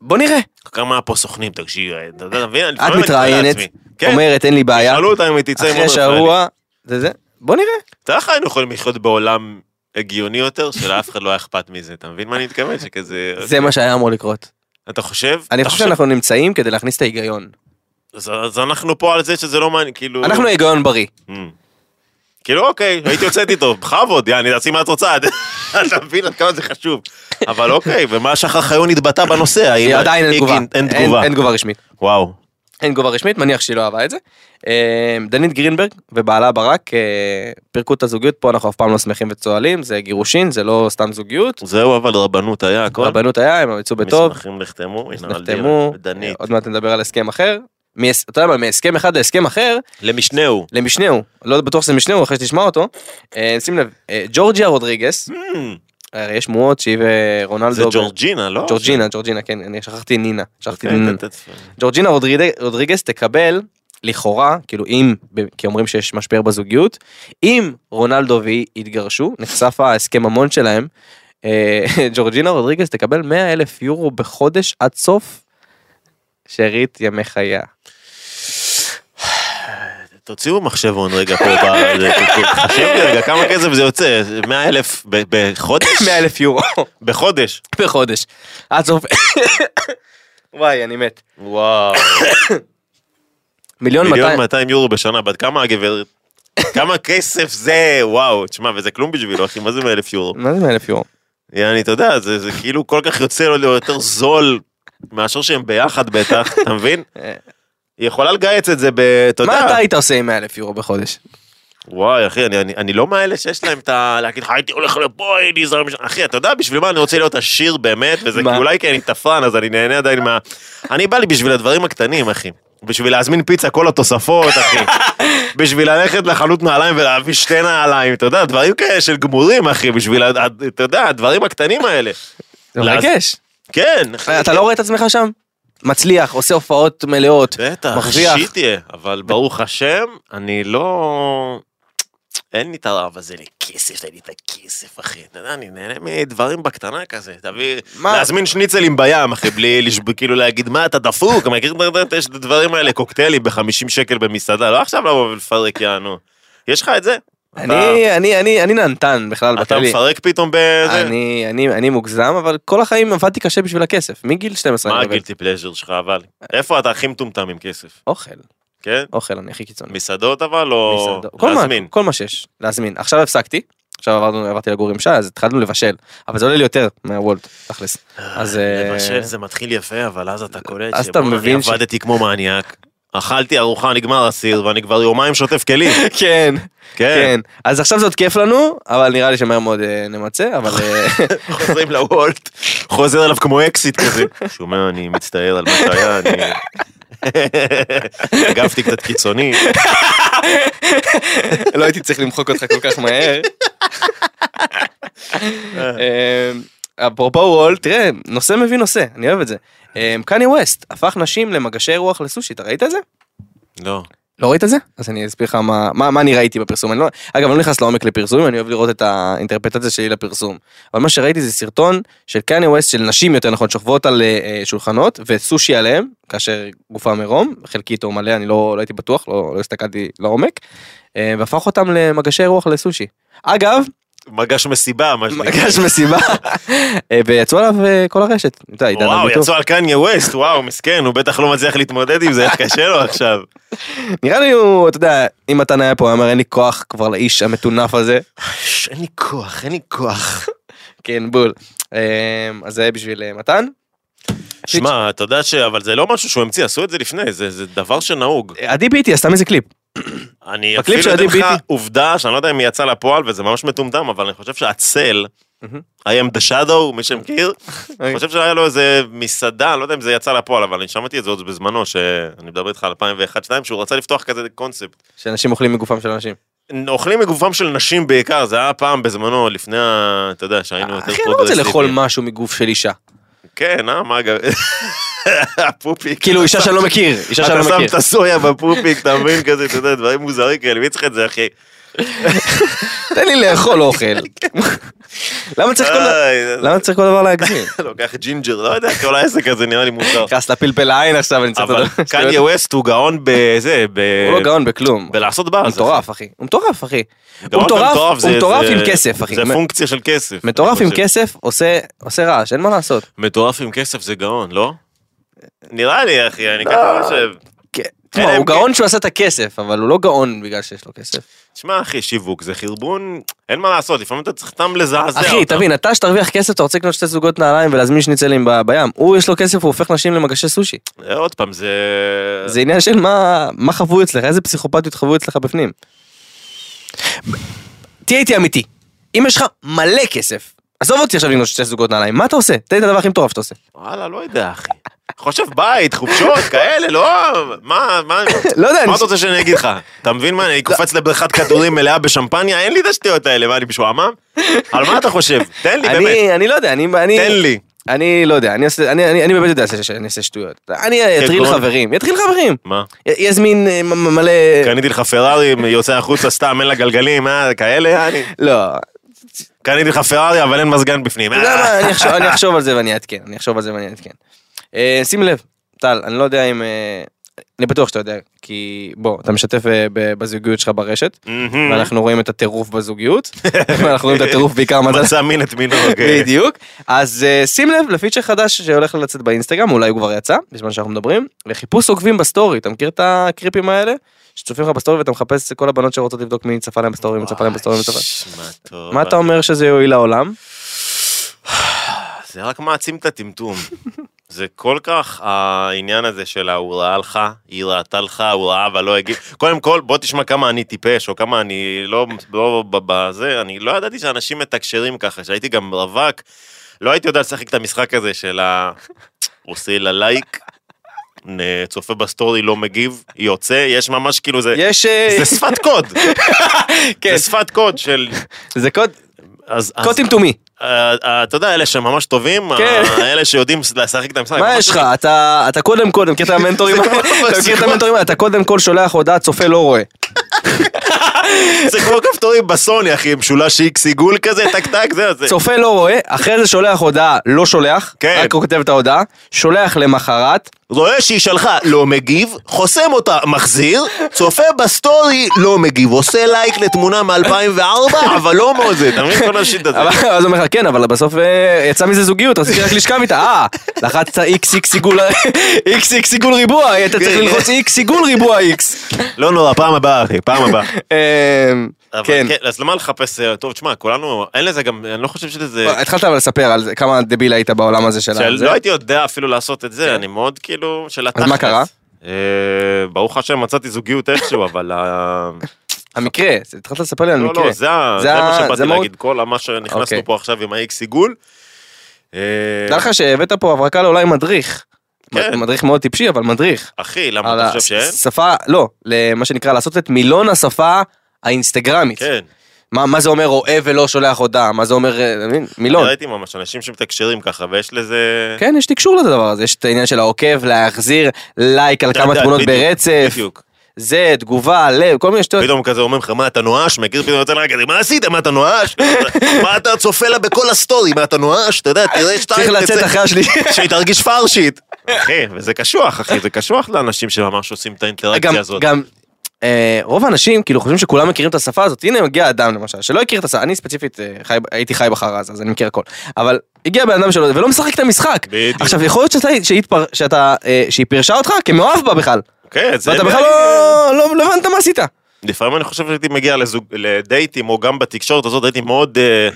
Speaker 3: בוא נראה.
Speaker 2: כמה פה סוכנים, תקשיב, אתה יודע, אתה מבין? לפעמים אני
Speaker 3: את
Speaker 2: מתאר
Speaker 3: מתראיינת,
Speaker 2: לעצמי. כן,
Speaker 3: אומרת, אין לי בעיה.
Speaker 2: שאלו אותה אם היא תצא עם
Speaker 3: אחרי
Speaker 2: עוד רפאלי.
Speaker 3: שבוע, זה זה, בוא נראה.
Speaker 2: תאר לך היינו יכולים לחיות בעולם הגיוני יותר, שלאף אחד לא היה אכפת מזה, אתה מבין מה אני מתכוון? שכזה...
Speaker 3: זה מה שהיה אמור לקרות.
Speaker 2: אתה חושב?
Speaker 3: אני
Speaker 2: אתה
Speaker 3: חושב שאנחנו נמצאים כדי להכניס את ההיגיון.
Speaker 2: אז- אז אנחנו פה על זה שזה לא מעניין, כאילו...
Speaker 3: אנחנו היגיון בריא.
Speaker 2: Mm. כאילו אוקיי, הייתי יוצאת איתו, בכבוד, יעני, תעשי מה את רוצה, אתה מבין עד כמה זה חשוב. אבל אוקיי, ומה שחר חיון התבטא בנושא, האם-
Speaker 3: עדיין אין
Speaker 2: היא-
Speaker 3: תגובה.
Speaker 2: אין תגובה.
Speaker 3: אין תגובה רשמית.
Speaker 2: וואו.
Speaker 3: אין תגובה רשמית, מניח שהיא לא אהבה את זה. אה, דנית גרינברג ובעלה ברק אה, פירקו את הזוגיות, פה אנחנו אף פעם לא שמחים וצוהלים, זה גירושין, זה לא סתם זוגיות.
Speaker 2: זהו, אבל רבנות היה הכל.
Speaker 3: רבנות היה, הם יצאו בטוב,
Speaker 2: מסמכים נחתמו, הנה, על
Speaker 3: נחתמו, אה,
Speaker 2: דירה, דנית.
Speaker 3: עוד מעט נדבר על הסכם אחר. מהס- אתה יודע מה, מהסכם אחד להסכם אחר,
Speaker 2: למשנהו.
Speaker 3: למשנהו, לא בטוח שזה משנהו אחרי שתשמע אותו. אה, שים לב, אה, ג'ורג'יה רודריגס,
Speaker 2: Mm,
Speaker 3: הרי יש שמועות שהיא
Speaker 2: זה
Speaker 3: ורונלדו...
Speaker 2: ג'ורג'ינה, לא?
Speaker 3: ג'ורג'ינה, ג'ורג'ינה, כן, אני שכחתי נינה, שכחתי
Speaker 2: אוקיי,
Speaker 3: נינה.
Speaker 2: ת- ת-
Speaker 3: ג'ורג'ינה רודריד- רודריגס תקבל, לכאורה, כאילו אם, ב- כי אומרים שיש משבר בזוגיות, אם רונלדו והיא יתגרשו, נחשף ההסכם המון שלהם, אה, ג'ורג'ינה רודריגס תקבל 100 אלף יורו בחודש עד סוף שארית ימי חייה.
Speaker 2: תוציאו מחשבון רגע פה, ב- זה- חשב לי רגע כמה כסף זה יוצא, 100 אלף בחודש?
Speaker 3: 100 אלף יורו
Speaker 2: בחודש.
Speaker 3: בחודש. עד סוף... וואי, אני מת.
Speaker 2: וואו.
Speaker 3: מיליון
Speaker 2: מיליון
Speaker 3: 200...
Speaker 2: 200 יורו בשנה, בת כמה הגברת? כמה כסף זה, וואו, תשמע, וזה כלום בשבילו, אחי, מה זה 100 אלף יורו?
Speaker 3: מה זה 100 אלף יורו?
Speaker 2: יעני, אתה יודע, זה זה כאילו כל כך יוצא לו יותר זול מאשר שהם ביחד בטח, אתה מבין? היא יכולה לגייס את זה ב... אתה יודע.
Speaker 3: מה אתה היית עושה עם 100 אלף יורו בחודש?
Speaker 2: וואי אחי, אני, אני, אני לא מאלה שיש להם את ה... להגיד לך, הייתי הולך לפה, הייתי נזהר משם. אחי, אתה יודע בשביל מה אני רוצה להיות עשיר באמת, וזה
Speaker 3: מה?
Speaker 2: כי אולי כי אני תפרן, אז אני נהנה עדיין מה... אני בא לי בשביל הדברים הקטנים, אחי. בשביל להזמין פיצה כל התוספות, אחי. בשביל ללכת לחנות נעליים ולהביא שתי נעליים, אתה יודע, דברים כאלה של גמורים, אחי, בשביל, ה- ה- אתה יודע, הדברים הקטנים האלה.
Speaker 3: זה
Speaker 2: לא, אז-
Speaker 3: מרגש.
Speaker 2: כן, אחי.
Speaker 3: אתה לא רואה את עצמך שם? מצליח, עושה הופעות מלאות,
Speaker 2: בטח,
Speaker 3: מרוויח.
Speaker 2: שיט תהיה, אבל ברוך השם, אני לא... אין לי את הרעב הזה לכסף, אין לי את הכסף, אחי. אתה יודע, אני נהנה מדברים בקטנה כזה. תביא...
Speaker 3: מה?
Speaker 2: להזמין שניצלים בים, אחי, בלי לשב... כאילו להגיד, מה, אתה דפוק? מכיר את ה- יש את הדברים האלה, קוקטיילים ב-50 שקל במסעדה, לא עכשיו לבוא ולפרק, יענו. יש לך את זה?
Speaker 3: אני, אני, אני, אני נהנתן בכלל
Speaker 2: אתה- אתה
Speaker 3: בכללי.
Speaker 2: מפרק פתאום בזה?
Speaker 3: אני, אני, אני מוגזם, אבל כל החיים עבדתי קשה בשביל הכסף, מגיל 12
Speaker 2: מה
Speaker 3: אני עובד.
Speaker 2: הגילטי פלז'ר שלך, אבל? איפה אתה הכי מטומטם עם כסף?
Speaker 3: אוכל,
Speaker 2: כן?
Speaker 3: אוכל אני הכי קיצוני.
Speaker 2: מסעדות אבל, או...
Speaker 3: מסעדות. כל מה-
Speaker 2: להזמין.
Speaker 3: כל מה שיש, להזמין. עכשיו הפסקתי, עכשיו עברנו, עברתי לגור עם שי, אז התחלנו לבשל, אבל זה עולה לי יותר מהוולט, תכלס. אז, אה,
Speaker 2: לבשל זה מתחיל יפה, אבל אז אתה קולט
Speaker 3: אז אתה
Speaker 2: שבואנה,
Speaker 3: מבין
Speaker 2: אני
Speaker 3: ש-
Speaker 2: עבדתי כמו מניאק. אכלתי ארוחה, נגמר הסיר, ואני כבר יומיים שוטף כלים.
Speaker 3: כן,
Speaker 2: כן.
Speaker 3: כן. אז עכשיו זה עוד כיף לנו, אבל נראה לי שמהר מאוד אה, נמצה, אבל... אה,
Speaker 2: חוזרים לוולט, חוזר אליו כמו אקזיט כזה. שומע, אני מצטער על מה שהיה, אני... הגבתי קצת קיצוני.
Speaker 3: לא הייתי צריך למחוק אותך כל כך מהר. אמ, אפרופו וולט, תראה, נושא מביא נושא, אני אוהב את זה. אמ, קניה ווסט הפך נשים למגשי רוח לסושי, אתה ראית את זה?
Speaker 2: לא.
Speaker 3: לא ראית את זה? אז אני אסביר לך מה, מה, מה אני ראיתי בפרסום. אני לא, אגב, אני לא נכנס לעומק לפרסומים, אני אוהב לראות את האינטרפטציה שלי לפרסום. אבל מה שראיתי זה סרטון של קניה ווסט, של נשים יותר נכון, שוכבות על אה, אה, שולחנות, וסושי עליהם, כאשר גופם עירום, חלקית או מלא, אני לא, לא הייתי בטוח, לא, לא הסתכלתי לעומק, אה, והפך אותם למגשי רוח לסושי. אגב,
Speaker 2: מגש מסיבה, מה שנקרא.
Speaker 3: מגש מסיבה, אה, ויצאו עליו אה, כל הרשת. אתה יודע, עידן
Speaker 2: וואו,
Speaker 3: אמיתו.
Speaker 2: יצאו על קניה ווסט, וואו, מסכן, הוא בטח לא מצליח להתמודד עם זה, איך קשה לו עכשיו.
Speaker 3: נראה לי הוא, אתה יודע, אם מתן היה פה, הוא היה אומר אין לי כוח כבר לאיש המטונף הזה.
Speaker 2: אין לי כוח, אין לי כוח.
Speaker 3: כן, בול. אה, אז זה בשביל אה, מתן.
Speaker 2: שמע, אתה יודע ש... אבל זה לא משהו שהוא המציא, עשו את זה לפני, זה זה דבר שנהוג.
Speaker 3: אה, עדי ביטי עשתה מזה קליפ.
Speaker 2: אני
Speaker 3: בקליפ
Speaker 2: אפילו
Speaker 3: של
Speaker 2: אתן
Speaker 3: עדי
Speaker 2: לך
Speaker 3: ביטי.
Speaker 2: עובדה שאני לא יודע אם היא יצאה לפועל וזה ממש מטומטם, אבל אני חושב שהצל,
Speaker 3: מהמם.
Speaker 2: I am the shadow, מי שמכיר, אני חושב שהיה לו איזה מסעדה, אני לא יודע אם זה יצא לפועל, אבל אני שמעתי את זה עוד בזמנו, שאני מדבר איתך על 2001-2002, שהוא רצה לפתוח כזה קונספט.
Speaker 3: שאנשים אוכלים מגופם של אנשים.
Speaker 2: אוכלים מגופם של נשים בעיקר, זה היה פעם בזמנו, לפני ה... אתה יודע, שהיינו יותר
Speaker 3: אחי, אני לא רוצה לאכול
Speaker 2: פרוגרסיביים.
Speaker 3: משהו מגוף של אישה.
Speaker 2: כן, אה, מה גם... הפופיק.
Speaker 3: כאילו, אישה שאני לא מכיר. אישה שאני
Speaker 2: אתה
Speaker 3: לא
Speaker 2: שם
Speaker 3: מכיר.
Speaker 2: את הסויה בפופיק, אתה מבין כזה, אתה יודע, דברים מוזרים כאלה, מי צריך את זה, אחי?
Speaker 3: תן לי לאכול אוכל. למה צריך כל דבר-
Speaker 2: איי, זה-
Speaker 3: למה צריך כל דבר להגזים?
Speaker 2: לוקח ג'ינג'ר, לא יודע, כל העסק הזה נראה לי מוזר.
Speaker 3: נכנס לפלפל העין עכשיו, אני צריך...
Speaker 2: לא. אבל
Speaker 3: לדבר.
Speaker 2: קניה ווסט הוא גאון בזה, ב...
Speaker 3: הוא לא גאון בכלום.
Speaker 2: בלעשות בר.
Speaker 3: הוא
Speaker 2: זה-
Speaker 3: מטורף, אחי. הוא מטורף, אחי.
Speaker 2: גאון
Speaker 3: הוא מטורף,
Speaker 2: ומטורף,
Speaker 3: הוא
Speaker 2: זה-
Speaker 3: מטורף
Speaker 2: זה-
Speaker 3: עם כסף, אחי.
Speaker 2: זה פונקציה של כסף. אני
Speaker 3: מטורף עם
Speaker 2: חושב.
Speaker 3: כסף, עושה עושה רעש, אין מה לעשות.
Speaker 2: מטורף עם כסף זה גאון, לא? נראה לי, אחי, אני ככה
Speaker 3: לא.
Speaker 2: חושב.
Speaker 3: תשמע,
Speaker 2: אלא אם
Speaker 3: הוא
Speaker 2: כן-
Speaker 3: גאון שהוא עשה את הכסף, אבל הוא לא גאון בגלל שיש לו כסף.
Speaker 2: תשמע, אחי, שיווק זה חרבון, אין מה לעשות, לפעמים אתה צריך סתם לזעזע
Speaker 3: אחי,
Speaker 2: אותם.
Speaker 3: תבין, אתה שתרוויח כסף, אתה רוצה לקנות שתי זוגות נעליים ולהזמין שניצלים ב- בים. הוא, יש לו כסף, הוא הופך נשים למגשי סושי.
Speaker 2: אה, עוד פעם, זה...
Speaker 3: זה עניין של מה, מה חוו אצלך, איזה פסיכופתיות חוו אצלך בפנים. תהיה איתי אמיתי, אם יש לך מלא כסף, עזוב אותי עכשיו לקנות שתי זוגות נעליים, מה אתה עושה? תן לי את הדבר הכי מטורף שאתה עושה.
Speaker 2: וואלה, לא יודע, אחי. חושב בית, חופשות, כאלה, לא... מה, מה...
Speaker 3: לא יודע,
Speaker 2: מה
Speaker 3: אני- לא.
Speaker 2: אתה רוצה שאני אגיד לך? אתה מבין מה, אני קופץ לבריכת כדורים מלאה בשמפניה, אין לי את השטויות האלה, מה, אני משועמם? על מה אתה חושב? תן לי, באמת,
Speaker 3: אני, אני לא יודע, אני, אני,
Speaker 2: תן לי.
Speaker 3: אני לא יודע, אני, עושה- אני, אני, אני באמת יודע ש- שאני אעשה שטויות. אני אטריל
Speaker 2: כגון?
Speaker 3: חברים, יטריל חברים.
Speaker 2: מה?
Speaker 3: י- יזמין אה, מ- מ- מלא...
Speaker 2: קניתי לך פרארי, יוצא החוצה סתם, אין לה גלגלים, אה, כאלה, אני...
Speaker 3: לא,
Speaker 2: קניתי לך פרארי, אבל אין מזגן בפנים.
Speaker 3: אתה יודע
Speaker 2: אה.
Speaker 3: מה, לא, אני אחשוב- אני אחשוב על זה ואני אעדכן, אני אחשוב על זה ואני אעדכן. אה, שים לב, טל, אני לא יודע אם... אה, אני בטוח שאתה יודע, כי בוא, אתה משתף אה, ב- בזוגיות שלך ברשת,
Speaker 2: מהמם.
Speaker 3: ואנחנו רואים את הטירוף בזוגיות, ואנחנו רואים את הטירוף בעיקר מה זה...
Speaker 2: מצא מין את מינו, אוקיי.
Speaker 3: בדיוק. אז אה, שים לב לפיצ'ר חדש שהולך לצאת באינסטגרם, אולי הוא כבר יצא, בזמן שאנחנו מדברים, לחיפוש עוקבים בסטורי, אתה מכיר את הקריפים האלה? שצופים לך בסטורי ואתה מחפש את כל הבנות שרוצות לבדוק מי צפה להם בסטורי, מי צפה להם בסטורי, מי צפה.
Speaker 2: מה טוב.
Speaker 3: מה אתה אומר שזה יועיל לעולם?
Speaker 2: זה רק מעצים את הטמטום. זה כל כך העניין הזה של ההוא ראה לך, היא ראתה לך, הוא ראה אבל לא הגיב. קודם כל, בוא תשמע כמה אני טיפש, או כמה אני לא, לא ב- בזה, אני לא ידעתי שאנשים מתקשרים ככה, שהייתי גם רווק, לא הייתי יודע לשחק את המשחק הזה של ה... עושה לה לייק, נ- צופה בסטורי, לא מגיב, יוצא, יש ממש כאילו זה...
Speaker 3: יש... אה,
Speaker 2: זה שפת קוד,
Speaker 3: כן.
Speaker 2: זה שפת קוד של...
Speaker 3: זה קוד,
Speaker 2: אז, אז
Speaker 3: קוד טמטומי.
Speaker 2: אה, אה, אתה יודע, אלה שממש טובים,
Speaker 3: כן.
Speaker 2: אה, אלה שיודעים לשחק את המשחק.
Speaker 3: מה
Speaker 2: ממש לא.
Speaker 3: יש לך? אתה אתה קודם כל, אתה מכיר את המנטורים?
Speaker 2: זה כמו לא.
Speaker 3: אתה מכיר את
Speaker 2: בשיחות.
Speaker 3: המנטורים? אתה קודם כל שולח הודעה, צופה לא רואה.
Speaker 2: זה כמו כפתורים בסוני, אחי, משולש איקס עיגול כזה, טק טק, זה, זה.
Speaker 3: צופה לא רואה, אחרי זה שולח הודעה, לא שולח.
Speaker 2: כן.
Speaker 3: רק הוא כותב את ההודעה, שולח למחרת.
Speaker 2: רואה שהיא שלחה, לא מגיב, חוסם אותה, מחזיר, צופה בסטורי, לא מגיב, עושה לייק לתמונה מ-2004, אבל לא מוזד. אתה מבין כל השיט הזה?
Speaker 3: אבל- אז הוא אומר לך, כן, אבל בסוף אה, יצא מזה זוגיות, רציתי רק לשכב איתה. אה, לחצת איקס איקס עיגול, איקס איקס עיגול ריבוע, היית צריך
Speaker 2: כן.
Speaker 3: ללחוץ איקס עיגול ריבוע איקס.
Speaker 2: לא נורא, פעם הבאה, אחי, פעם הבאה. אבל
Speaker 3: כן.
Speaker 2: כן, אז למה לחפש, אה, טוב, תשמע, כולנו, אין לזה גם, אני לא חושב שזה...
Speaker 3: התחלת אבל לספר על זה, כמה דביל היית בעולם הזה של... ה- זה. כן.
Speaker 2: שלא לא הייתי יודע אפילו לעשות את זה, אני מאוד כאילו, של התכלס.
Speaker 3: מה קרה?
Speaker 2: אה, ברוך השם מצאתי זוגיות איכשהו, אבל ה-
Speaker 3: המקרה, התחלת לספר לי על
Speaker 2: לא,
Speaker 3: מקרה.
Speaker 2: לא, זה ה-
Speaker 3: כן. זה
Speaker 2: זה
Speaker 3: ה-
Speaker 2: מה
Speaker 3: זה
Speaker 2: שבאתי
Speaker 3: מאוד-
Speaker 2: להגיד, כל מה שנכנסנו
Speaker 3: אוקיי.
Speaker 2: פה עכשיו עם האיקס עיגול. אה,
Speaker 3: תדע לך שהבאת פה הברקה לאולי מדריך.
Speaker 2: כן.
Speaker 3: מדריך מאוד טיפשי, אבל מדריך.
Speaker 2: אחי, למה
Speaker 3: על
Speaker 2: אתה חושב שאין?
Speaker 3: השפה, לא, למה שנקרא לעשות את מילון השפה האינסטגרמית.
Speaker 2: כן,
Speaker 3: מה מה זה אומר רואה ולא שולח הודעה? מה זה אומר, אה, אתה מבין? מילון.
Speaker 2: ראיתי ממש אנשים שמתקשרים ככה, ויש לזה...
Speaker 3: כן, יש תקשור לדבר הזה, יש את העניין של העוקב, להחזיר לייק על
Speaker 2: אתה
Speaker 3: כמה
Speaker 2: יודע,
Speaker 3: תמונות
Speaker 2: בדיוק,
Speaker 3: ברצף.
Speaker 2: בדיוק.
Speaker 3: זה, תגובה, לב, כל מיני שטויות.
Speaker 2: פתאום כזה אומרים לך, מה אתה נואש? מכיר פתאום יוצא לך כזה, מה עשית? מה אתה נואש? מה אתה צופה לה בכל הסטורי? מה אתה נואש? אתה יודע, תראה שתיים,
Speaker 3: צריך לצאת
Speaker 2: תצא-
Speaker 3: אחרי השלישי.
Speaker 2: שהיא תרגיש פרשית. אחי, וזה קשוח, אחי, זה קשוח לאנשים שממש עושים את
Speaker 3: גם,
Speaker 2: האינטראקציה הזאת.
Speaker 3: גם, אה, רוב האנשים כאילו חושבים שכולם מכירים את השפה הזאת, הנה מגיע אדם למשל, שלא הכיר את השפה, אני ספציפית אה, חי, הייתי חי בחרא הזה, אז אני מכיר הכל, אבל הגיע בן אדם שלא, ולא משחק את המשחק.
Speaker 2: בדיוק.
Speaker 3: עכשיו יכול להיות שאתה, שהיא, פר, שאתה, אה, שהיא פירשה אותך כמאוהב בה בכלל,
Speaker 2: כן, זה...
Speaker 3: ואתה
Speaker 2: נראה
Speaker 3: בכלל
Speaker 2: לי-
Speaker 3: לא, לא, לא הבנת מה עשית.
Speaker 2: לפעמים אני חושב שהייתי מגיע לזוג, לדייטים, או גם בתקשורת הזאת, הייתי מאוד, אה,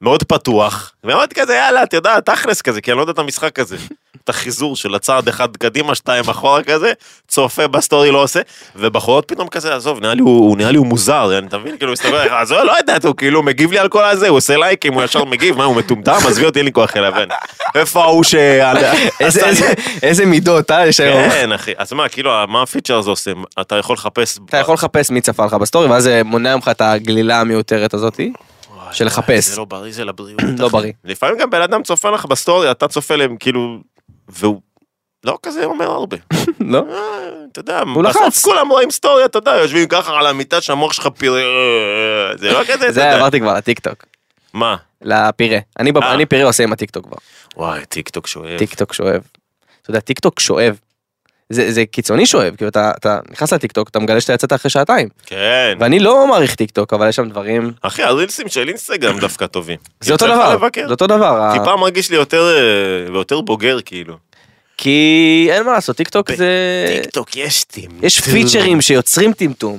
Speaker 2: מאוד פתוח. מאוד כזה, יאללה, את יודעת, תכלס כזה, כי אני לא יודע את המשחק הזה. את החיזור של הצעד אחד קדימה, שתיים אחורה כזה, צופה בסטורי, לא עושה, ובחורות פתאום כזה, עזוב, נראה לי הוא, הוא נראה לי הוא מוזר, אתה מבין? כאילו, מסתבר, עזוב, לא יודעת, הוא כאילו מגיב לי על כל הזה, הוא עושה לייקים, הוא ישר מגיב, מה, הוא מטומטם? עזבי אותי, אין לי כוח אליו, אין. איפה ההוא ש... "אה,
Speaker 3: איזה- איזה- איזה מידות, אה, יש היום.
Speaker 2: כן, אחי. אז מה, כאילו, מה הפיצ'ר הזה עושה? אתה יכול לחפש...
Speaker 3: אתה יכול לחפש מי צפה לך בסטורי, ואז זה מונע ממך את הגלילה המיותרת הזאתי.
Speaker 2: וואי,
Speaker 3: של
Speaker 2: וואי,
Speaker 3: לחפש.
Speaker 2: זה לא בריא, זה לבריאות.
Speaker 3: לא
Speaker 2: אחי.
Speaker 3: בריא.
Speaker 2: לפעמים גם בן אדם צופה לך בסטורי, אתה צופה להם, כאילו, והוא לא כזה אומר הרבה.
Speaker 3: לא?
Speaker 2: אה, אתה יודע,
Speaker 3: הוא
Speaker 2: בסוף
Speaker 3: לחץ.
Speaker 2: כולם רואים סטורי, אתה יודע, יושבים ככה על המיטה שהמוח שלך פירה, אה, זה לא כזה, אתה
Speaker 3: זה
Speaker 2: יודע.
Speaker 3: עברתי כבר לטיקטוק,
Speaker 2: מה?
Speaker 3: לפירה. אני בפ-
Speaker 2: אה.
Speaker 3: אני פירה עושה עם הטיקטוק כבר.
Speaker 2: וואי, טיקטוק שואב.
Speaker 3: טיקטוק שואב. אתה יודע, טיקטוק שואב. זה זה קיצוני שואב, כאילו אתה אתה נכנס לטיקטוק, אתה מגלה שאתה יצאת אחרי שעתיים.
Speaker 2: כן.
Speaker 3: ואני לא מעריך טיקטוק, אבל יש שם דברים...
Speaker 2: אחי, הרילסים של אינסטגרם דווקא טובים.
Speaker 3: זה אותו
Speaker 2: יצא לך
Speaker 3: דבר,
Speaker 2: לבקר?
Speaker 3: זה אותו דבר. ה-
Speaker 2: טיפה מרגיש לי יותר אה, ויותר בוגר, כאילו.
Speaker 3: כי אין מה לעשות, טיקטוק
Speaker 2: ב-
Speaker 3: זה...
Speaker 2: טיקטוק יש טים.
Speaker 3: יש פיצ'רים שיוצרים טמטום.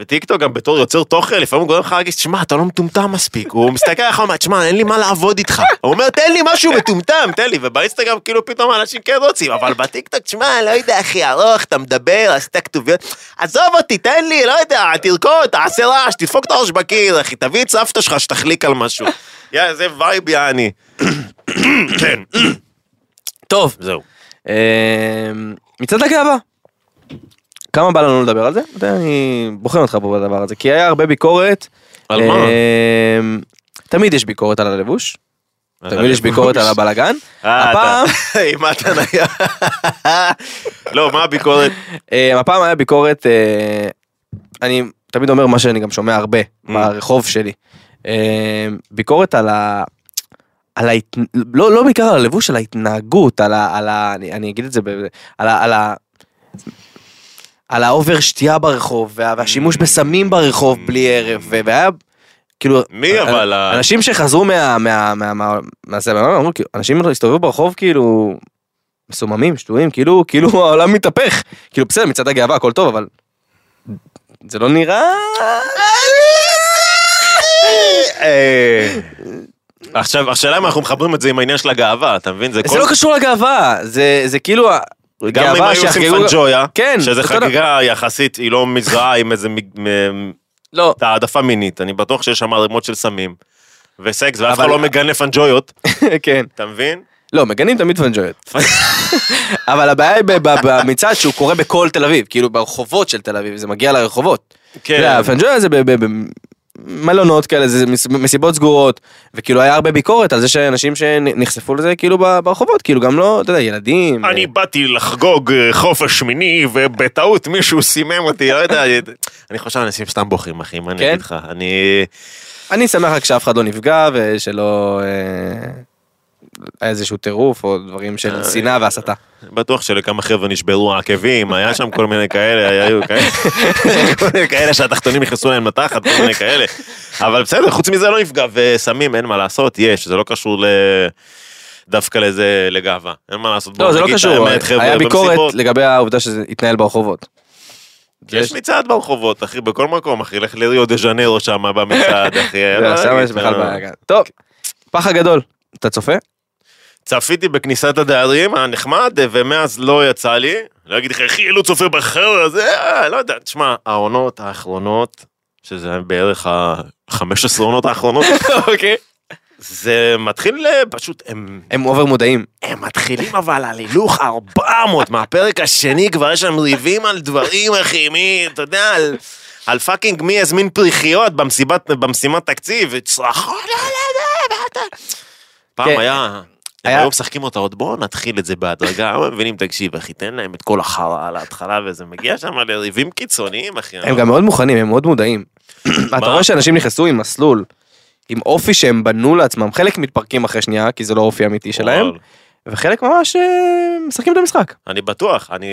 Speaker 2: וטיקטוק גם בתור יוצר תוכן, לפעמים הוא גורם לך להרגיש, שמע, אתה לא מטומטם מספיק. הוא מסתכל עליך, הוא אומר, שמע, אין לי מה לעבוד איתך. הוא אומר, תן לי משהו מטומטם, תן לי. ובאינסטגרם כאילו פתאום אנשים כן רוצים, אבל בטיקטוק, שמע, לא יודע, אחי, ארוך, אתה מדבר, עשית כתוביות. עזוב אותי, תן לי, לא יודע, תרקוד, תעשה רעש, תדפוק את הראש בקיר, אחי, תביא את סבתא שלך שתחליק על משהו. יא, זה וייב, יעני. כן,
Speaker 3: טוב,
Speaker 2: זהו.
Speaker 3: אמ, מצעד הגאווה. כמה בא לנו לדבר על זה? אתה יודע, אני בוחן אותך פה בדבר הזה, כי היה הרבה ביקורת.
Speaker 2: על מה?
Speaker 3: אמ, תמיד יש ביקורת על הלבוש, תמיד יש ביקורת על הבלגן.
Speaker 2: אה,
Speaker 3: הפעם,
Speaker 2: אתה- עם התניה. לא, מה הביקורת?
Speaker 3: אמ, הפעם היה ביקורת, אה, אני תמיד אומר מה שאני גם שומע הרבה
Speaker 2: Mm.
Speaker 3: ברחוב שלי. אמ, ביקורת על ה... על ההת... לא, לא בעיקר על הלבוש, על ההתנהגות, על ה... על ה... אני, אני אגיד את זה ב... על ה... על ה... על האובר שתייה ברחוב, וה- והשימוש
Speaker 2: Mm.
Speaker 3: בסמים ברחוב בלי ערב, ו- והיה כאילו...
Speaker 2: מי
Speaker 3: אנ-
Speaker 2: אבל ה-
Speaker 3: אנשים שחזרו מה... מה... מה... מה... מה... זה, מה... אמרו, כאילו, אנשים הסתובבו ברחוב כאילו... מסוממים, שטויים, כאילו... כאילו העולם מתהפך. כאילו בסדר, מצעד הגאווה הכל טוב, אבל... זה לא נראה...
Speaker 2: אה, עכשיו, השאלה אם אנחנו מחברים את זה עם העניין של הגאווה, אתה מבין? זה
Speaker 3: זה
Speaker 2: כל...
Speaker 3: לא קשור לגאווה, זה, זה כאילו... ה-
Speaker 2: גם אם
Speaker 3: גאווה
Speaker 2: היו עושים
Speaker 3: שיחגגו-
Speaker 2: פנג'ויה,
Speaker 3: כן,
Speaker 2: שזה
Speaker 3: אותו דבר.
Speaker 2: חגיגה יחסית, היא לא מזרעה עם איזה מג- מ-
Speaker 3: לא,
Speaker 2: את העדפה מינית, אני בטוח שיש שם ערימות של סמים, וסקס, ואף אחד
Speaker 3: אבל-
Speaker 2: לא מגנה פנג'ויות,
Speaker 3: כן.
Speaker 2: אתה מבין?
Speaker 3: לא, מגנים תמיד פנג'ויות. אבל הבעיה היא ב- ב- במצעד שהוא קורה בכל תל אביב, כאילו ברחובות של תל אביב, זה מגיע לרחובות. אתה יודע,
Speaker 2: כן,
Speaker 3: הפנג'ויה זה ב- ב- במלונות כאלה, זה מס- מסיבות סגורות, וכאילו היה הרבה ביקורת על זה שאנשים שנחשפו לזה כאילו ב- ברחובות, כאילו גם לא, אתה יודע, ילדים.
Speaker 2: אני באתי לחגוג אה, חופש מיני, ובטעות מישהו סימם אותי, לא יודע, אני- אני חושב שאנשים סתם בוכים, אחי, מה אני
Speaker 3: כן?
Speaker 2: אגיד לך? אני...
Speaker 3: אה, אני שמח רק שאף אחד לא נפגע ושלא אה, היה איזשהו טירוף או דברים
Speaker 2: אה,
Speaker 3: של שנאה והסתה.
Speaker 2: בטוח שלכמה חבר'ה נשברו העקבים, היה שם כל מיני כאלה, היו כאלה, כל מיני כאלה שהתחתונים נכנסו להם לתחת, כל מיני כאלה. אבל בסדר, חוץ מזה לא נפגע, וסמים, אין מה לעשות, יש, זה לא קשור ל... דווקא לזה, לגאווה, אין מה לעשות. בואו
Speaker 3: לא, זה לא
Speaker 2: נגיד את
Speaker 3: קשור,
Speaker 2: האמת, חבר'ה,
Speaker 3: היה ביקורת
Speaker 2: במסיבות.
Speaker 3: לגבי העובדה שזה התנהל ברחובות.
Speaker 2: יש מצעד ברחובות, אחי, בכל מקום, אחי, לך לריו דה ז'נרו שם במצעד, אחי. אין מה
Speaker 3: לא, שם
Speaker 2: להגיד,
Speaker 3: יש בכלל
Speaker 2: לא.
Speaker 3: בעיה. גם. טוב, פח הגדול, אתה צופה?
Speaker 2: צפיתי בכניסת הדיירים, היה נחמד, ומאז לא יצא לי. לא אגיד לך, אחי, אילו צופה בחרא הזה, אה, לא יודע. תשמע, העונות האחרונות, שזה בערך ה-15 עונות האחרונות,
Speaker 3: אוקיי.
Speaker 2: זה מתחיל אה, פשוט, הם,
Speaker 3: הם אובר מודעים.
Speaker 2: הם מתחילים אבל על הילוך 400, מהפרק השני כבר יש שם ריבים על דברים, אחי, מי, אתה יודע, על... על פאקינג מי הזמין פריחיות במסיבת, במשימת תקציב, וצרחות, לא, לא, לא, מה אתה... פעם
Speaker 3: כן.
Speaker 2: היה... הם
Speaker 3: היה-
Speaker 2: היו משחקים אותה עוד, בואו נתחיל את זה בהדרגה, היום הם מבינים, תקשיב, אחי, תן להם את כל החרא על ההתחלה, וזה מגיע שם לריבים קיצוניים, אחי. אה,
Speaker 3: הם גם מאוד מוכנים, הם מאוד מודעים. אתה רואה שאנשים נכנסו עם מסלול, עם אופי שהם בנו לעצמם, חלק מתפרקים אחרי שנייה, כי זה לא אופי אמיתי שלהם, וחלק ממש אה, משחקים את המשחק.
Speaker 2: אני בטוח, אני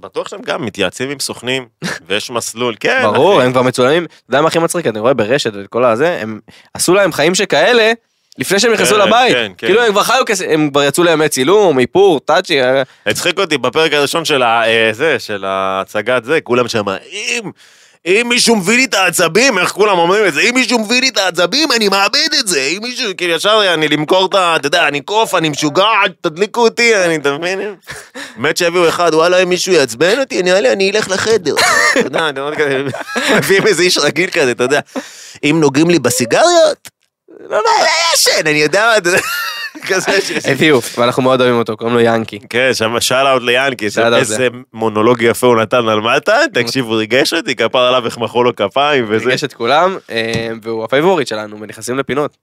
Speaker 2: בטוח שהם גם מתייעצים עם סוכנים, ויש מסלול, כן.
Speaker 3: ברור,
Speaker 2: אחי.
Speaker 3: הם כבר מצולמים. אתה יודע מה הכי מצחיק? אני רואה ברשת ואת כל הזה, הם עשו להם חיים שכאלה. לפני שהם נכנסו
Speaker 2: כן,
Speaker 3: לבית,
Speaker 2: כן, כן.
Speaker 3: כאילו הם כבר חיו כזה, הם כבר יצאו לימי צילום, איפור, טאצ'י, אה,
Speaker 2: הצחיק אותי בפרק הראשון של ה... אה, זה, של ההצגת זה, כולם שם, אם... אם מישהו מביא לי את העצבים, איך כולם אומרים את זה? אם מישהו מביא לי את העצבים, אני מאבד את זה. אם מישהו, כאילו, ישר אני למכור את ה... אתה יודע, אני קוף, אני משוגעת, תדליקו אותי, אני, אתה מבין? באמת שהביאו אחד, וואלה, אם מישהו יעצבן אותי, אני אעלה, אני אלך לחדר. אתה יודע, אני מאוד כזה... מביאים איזה איש רגיל כזה, אתה יודע. אם נוגעים לי בסיגריות, לא, לא, לא ישן, אני יודע מה, אתה יודע. כזה שיש...
Speaker 3: הביאו, ואנחנו מאוד אוהבים אותו, קוראים לו ינקי.
Speaker 2: כן, שם שאל אאוט ליאנקי,
Speaker 3: שאל אאוט
Speaker 2: איזה מונולוג יפה הוא נתן על מטה, תקשיב, הוא ריגש אותי, כפר עליו איך מחאו לו כפיים וזה.
Speaker 3: יש את כולם, אה, והוא הפייבוריט שלנו, ונכנסים לפינות.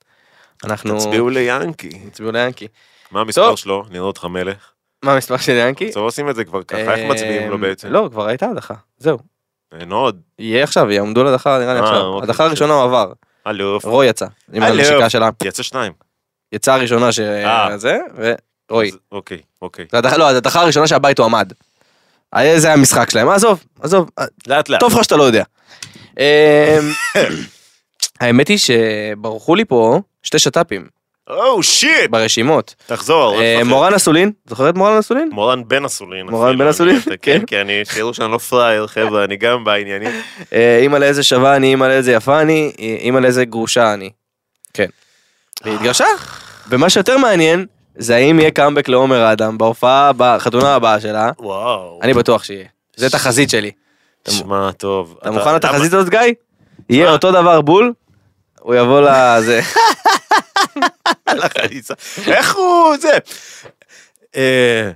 Speaker 3: אנחנו...
Speaker 2: תצביעו ליאנקי.
Speaker 3: תצביעו ליאנקי.
Speaker 2: מה המספר
Speaker 3: טוב.
Speaker 2: שלו? נראה אותך מלך.
Speaker 3: מה המספר של ינקי?
Speaker 2: אז עושים את זה כבר ככה, איך מצביעים לו
Speaker 3: אה,
Speaker 2: בעצם? אה,
Speaker 3: לא, כבר הייתה הדחה, זהו.
Speaker 2: אין עוד.
Speaker 3: יהיה עכשיו, יעמדו לדחה, נראה לי
Speaker 2: אה,
Speaker 3: עכשיו.
Speaker 2: אוקיי, אה,
Speaker 3: הדחה
Speaker 2: בסדר.
Speaker 3: הראשונה הוא עבר,
Speaker 2: אלוף.
Speaker 3: רוי יצא. עם
Speaker 2: אלוף.
Speaker 3: הנשיקה שלה.
Speaker 2: יצא שניים.
Speaker 3: יצאה הראשונה ש...
Speaker 2: אה.
Speaker 3: זה, ורוי.
Speaker 2: אז- אוקיי, אוקיי.
Speaker 3: זה הדחה- לא, זו הדחה הראשונה שהבית הוא עמד. היה- זה המשחק שלהם, עזוב, עזוב,
Speaker 2: לאט לאט.
Speaker 3: טוב לך שאתה לא יודע. אמ, האמת היא שברחו לי פה שתי שת"פים
Speaker 2: או שיט!
Speaker 3: ברשימות.
Speaker 2: Oh, תחזור.
Speaker 3: אה,
Speaker 2: אל תפחד.
Speaker 3: מורן אסולין, זוכרת מורן אסולין?
Speaker 2: מורן בן אסולין.
Speaker 3: מורן
Speaker 2: אפילו,
Speaker 3: בן
Speaker 2: אני
Speaker 3: אסולין?
Speaker 2: יודע, כן, כי אני, שיראו שאני לא פראייר, חבר'ה, אני גם בעניינים.
Speaker 3: אה, אימא לאיזה שווה אני, אימא לאיזה יפה אני, אה, אימא לאיזה גרושה אני. כן. והיא התגרשה. ומה שיותר מעניין, זה האם יהיה קאמבק לעומר אדם בהופעה הבאה, בחתונה הבאה שלה,
Speaker 2: וואו.
Speaker 3: אני בטוח שיהיה. זה תחזית שלי.
Speaker 2: שמע, טוב.
Speaker 3: אתה מוכן לתחזית הזאת, גיא? יהיה אותו דבר בול, הוא יבוא לזה.
Speaker 2: לחליצה. איך הוא זה? אה,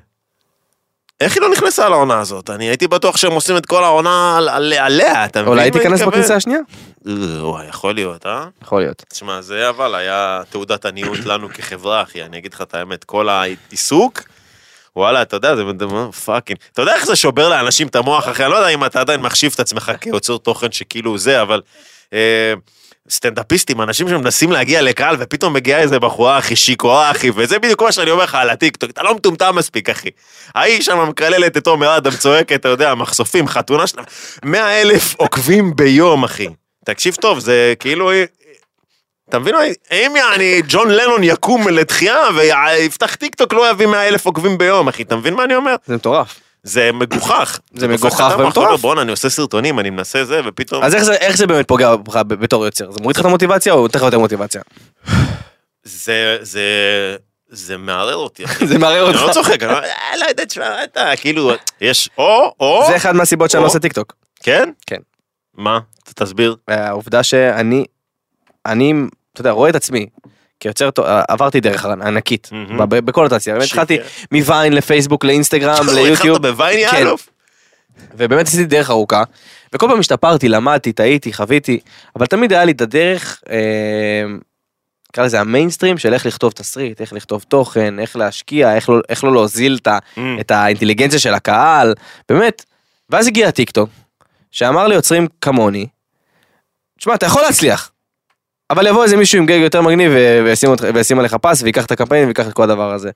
Speaker 2: איך היא לא נכנסה לעונה הזאת? אני הייתי בטוח שהם עושים את כל העונה על- על- עליה, אתה מבין?
Speaker 3: אולי
Speaker 2: מה אני
Speaker 3: תיכנס
Speaker 2: מתכוון?
Speaker 3: בכניסה השנייה?
Speaker 2: אה, וואי, יכול להיות, אה?
Speaker 3: יכול להיות.
Speaker 2: תשמע, זה אבל היה תעודת עניות לנו כחברה, אחי, אני אגיד לך את האמת, כל העיסוק, וואלה, אתה יודע, זה מדבר- פאקינג, אתה יודע איך זה שובר לאנשים את המוח, אחי, אני לא יודע אם אתה עדיין מחשיב את עצמך כיוצר תוכן שכאילו זה, אבל... אה, סטנדאפיסטים, אנשים שמנסים להגיע לקהל ופתאום מגיעה איזה בחורה אחי שיקו אחי וזה בדיוק מה שאני אומר לך על הטיקטוק, אתה לא מטומטם מספיק אחי. ההיא שם מקללת את עומר אדם צועקת, אתה יודע, מחשופים, חתונה שלה, 100 אלף עוקבים ביום אחי. תקשיב טוב, זה כאילו אתה מבין? אם יעני ג'ון לנון יקום לתחייה ויפתח טיקטוק לא יביא 100 אלף עוקבים ביום, אחי, אתה מבין מה אני אומר?
Speaker 3: זה מטורף.
Speaker 2: זה מגוחך.
Speaker 3: זה
Speaker 2: אתה
Speaker 3: מגוחך
Speaker 2: הופך את המוח,
Speaker 3: ומטורף.
Speaker 2: אתה אומר, בואנה, אני עושה סרטונים, אני מנסה זה, ופתאום...
Speaker 3: אז איך זה- איך זה באמת פוגע בך ב- בתור יוצר? זה מוריד לך את המוטיבציה או נותן לך יותר מוטיבציה?
Speaker 2: זה, זה, זה מערער אותי, אחי.
Speaker 3: זה מערער
Speaker 2: אני לא
Speaker 3: אותך.
Speaker 2: צוחק, אני לא- אה, לא יודע, תשמע, מה אתה, כאילו, יש או, או,
Speaker 3: זה אחד מהסיבות שאני לא
Speaker 2: או.
Speaker 3: עושה טיקטוק.
Speaker 2: כן?
Speaker 3: כן.
Speaker 2: מה? ת- תסביר.
Speaker 3: העובדה שאני, אני, אתה יודע, רואה את עצמי. כיוצר, תו- עברתי דרך ענקית,
Speaker 2: מהמם.
Speaker 3: ב- ב- בכל התעשייה, באמת
Speaker 2: שיט,
Speaker 3: התחלתי
Speaker 2: כן.
Speaker 3: מוויין לפייסבוק, לאינסטגרם, ליוטיוב,
Speaker 2: התחלת בוויין
Speaker 3: כן.
Speaker 2: יאלוף?
Speaker 3: ובאמת עשיתי דרך ארוכה, וכל פעם השתפרתי, למדתי, טעיתי, חוויתי, אבל תמיד היה לי את הדרך, אה, נקרא לזה המיינסטרים, של איך לכתוב תסריט, איך לכתוב תוכן, איך להשקיע, איך לא, איך לא להוזיל את, ה,
Speaker 2: אמ,
Speaker 3: את האינטליגנציה של הקהל, באמת. ואז הגיע הטיקטוק, שאמר ליוצרים כמוני, תשמע, אתה יכול להצליח, אבל יבוא איזה מישהו עם גג יותר מגניב ו- וישים, אותך, וישים עליך פס ויקח את הקמפיין ויקח את כל הדבר הזה.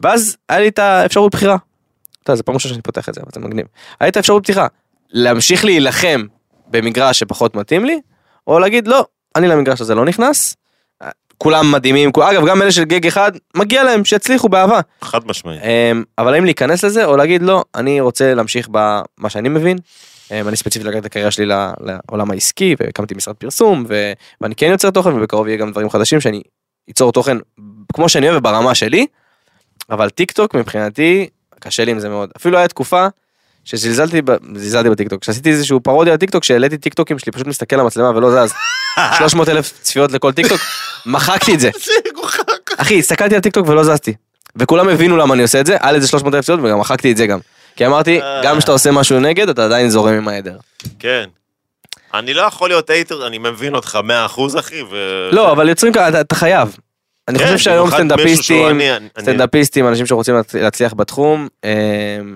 Speaker 3: ואז היה לי את האפשרות בחירה. אתה יודע, זו פעם ראשונה שאני פותח את זה, אבל זה מגניב. היה לי את האפשרות פתיחה, להמשיך להילחם במגרש שפחות מתאים לי, או להגיד לא, אני למגרש הזה לא נכנס. כולם מדהימים, כול- אגב גם אלה של גג אחד, מגיע להם שיצליחו באהבה.
Speaker 2: חד משמעית.
Speaker 3: אמ, אבל האם להיכנס לזה או להגיד לא, אני רוצה להמשיך במה שאני מבין. אמ, אני ספציפית לקחתי את הקריירה שלי ל- לעולם העסקי והקמתי משרד פרסום ו- ואני כן יוצר תוכן ובקרוב יהיה גם דברים חדשים שאני ייצור תוכן כמו שאני אוהב וברמה שלי. אבל טיק טוק מבחינתי קשה לי עם זה מאוד אפילו היה תקופה שזלזלתי ב- זלזלתי בטיקטוק שעשיתי איזשהו פרודיה על טיקטוק שהעליתי טיקטוקים שלי פשוט מסתכל למצלמה ולא זז 300 אלף צפיות לכל טיקטוק מחקתי את זה
Speaker 2: זה מגוחך.
Speaker 3: אחי, הסתכלתי על טיקטוק ולא זזתי. וכולם הבינו למה אני עושה את זה, היה לזה 300 אלף צפיות וגם מחקתי את זה גם. כי אמרתי,
Speaker 2: אה.
Speaker 3: גם כשאתה עושה משהו נגד, אתה עדיין זורם עם העדר.
Speaker 2: כן. אני לא יכול להיות אייטר, אני מבין אותך 100% אחי, ו...
Speaker 3: לא, אבל יוצרים ככה, אתה- אתה חייב. אני
Speaker 2: כן,
Speaker 3: חושב שהיום
Speaker 2: במיוחד מישהו שהוא
Speaker 3: סטנדאפיסטים,
Speaker 2: אני- אני-
Speaker 3: סטנדאפיסטים, אנשים שרוצים להצ- להצליח בתחום, אה,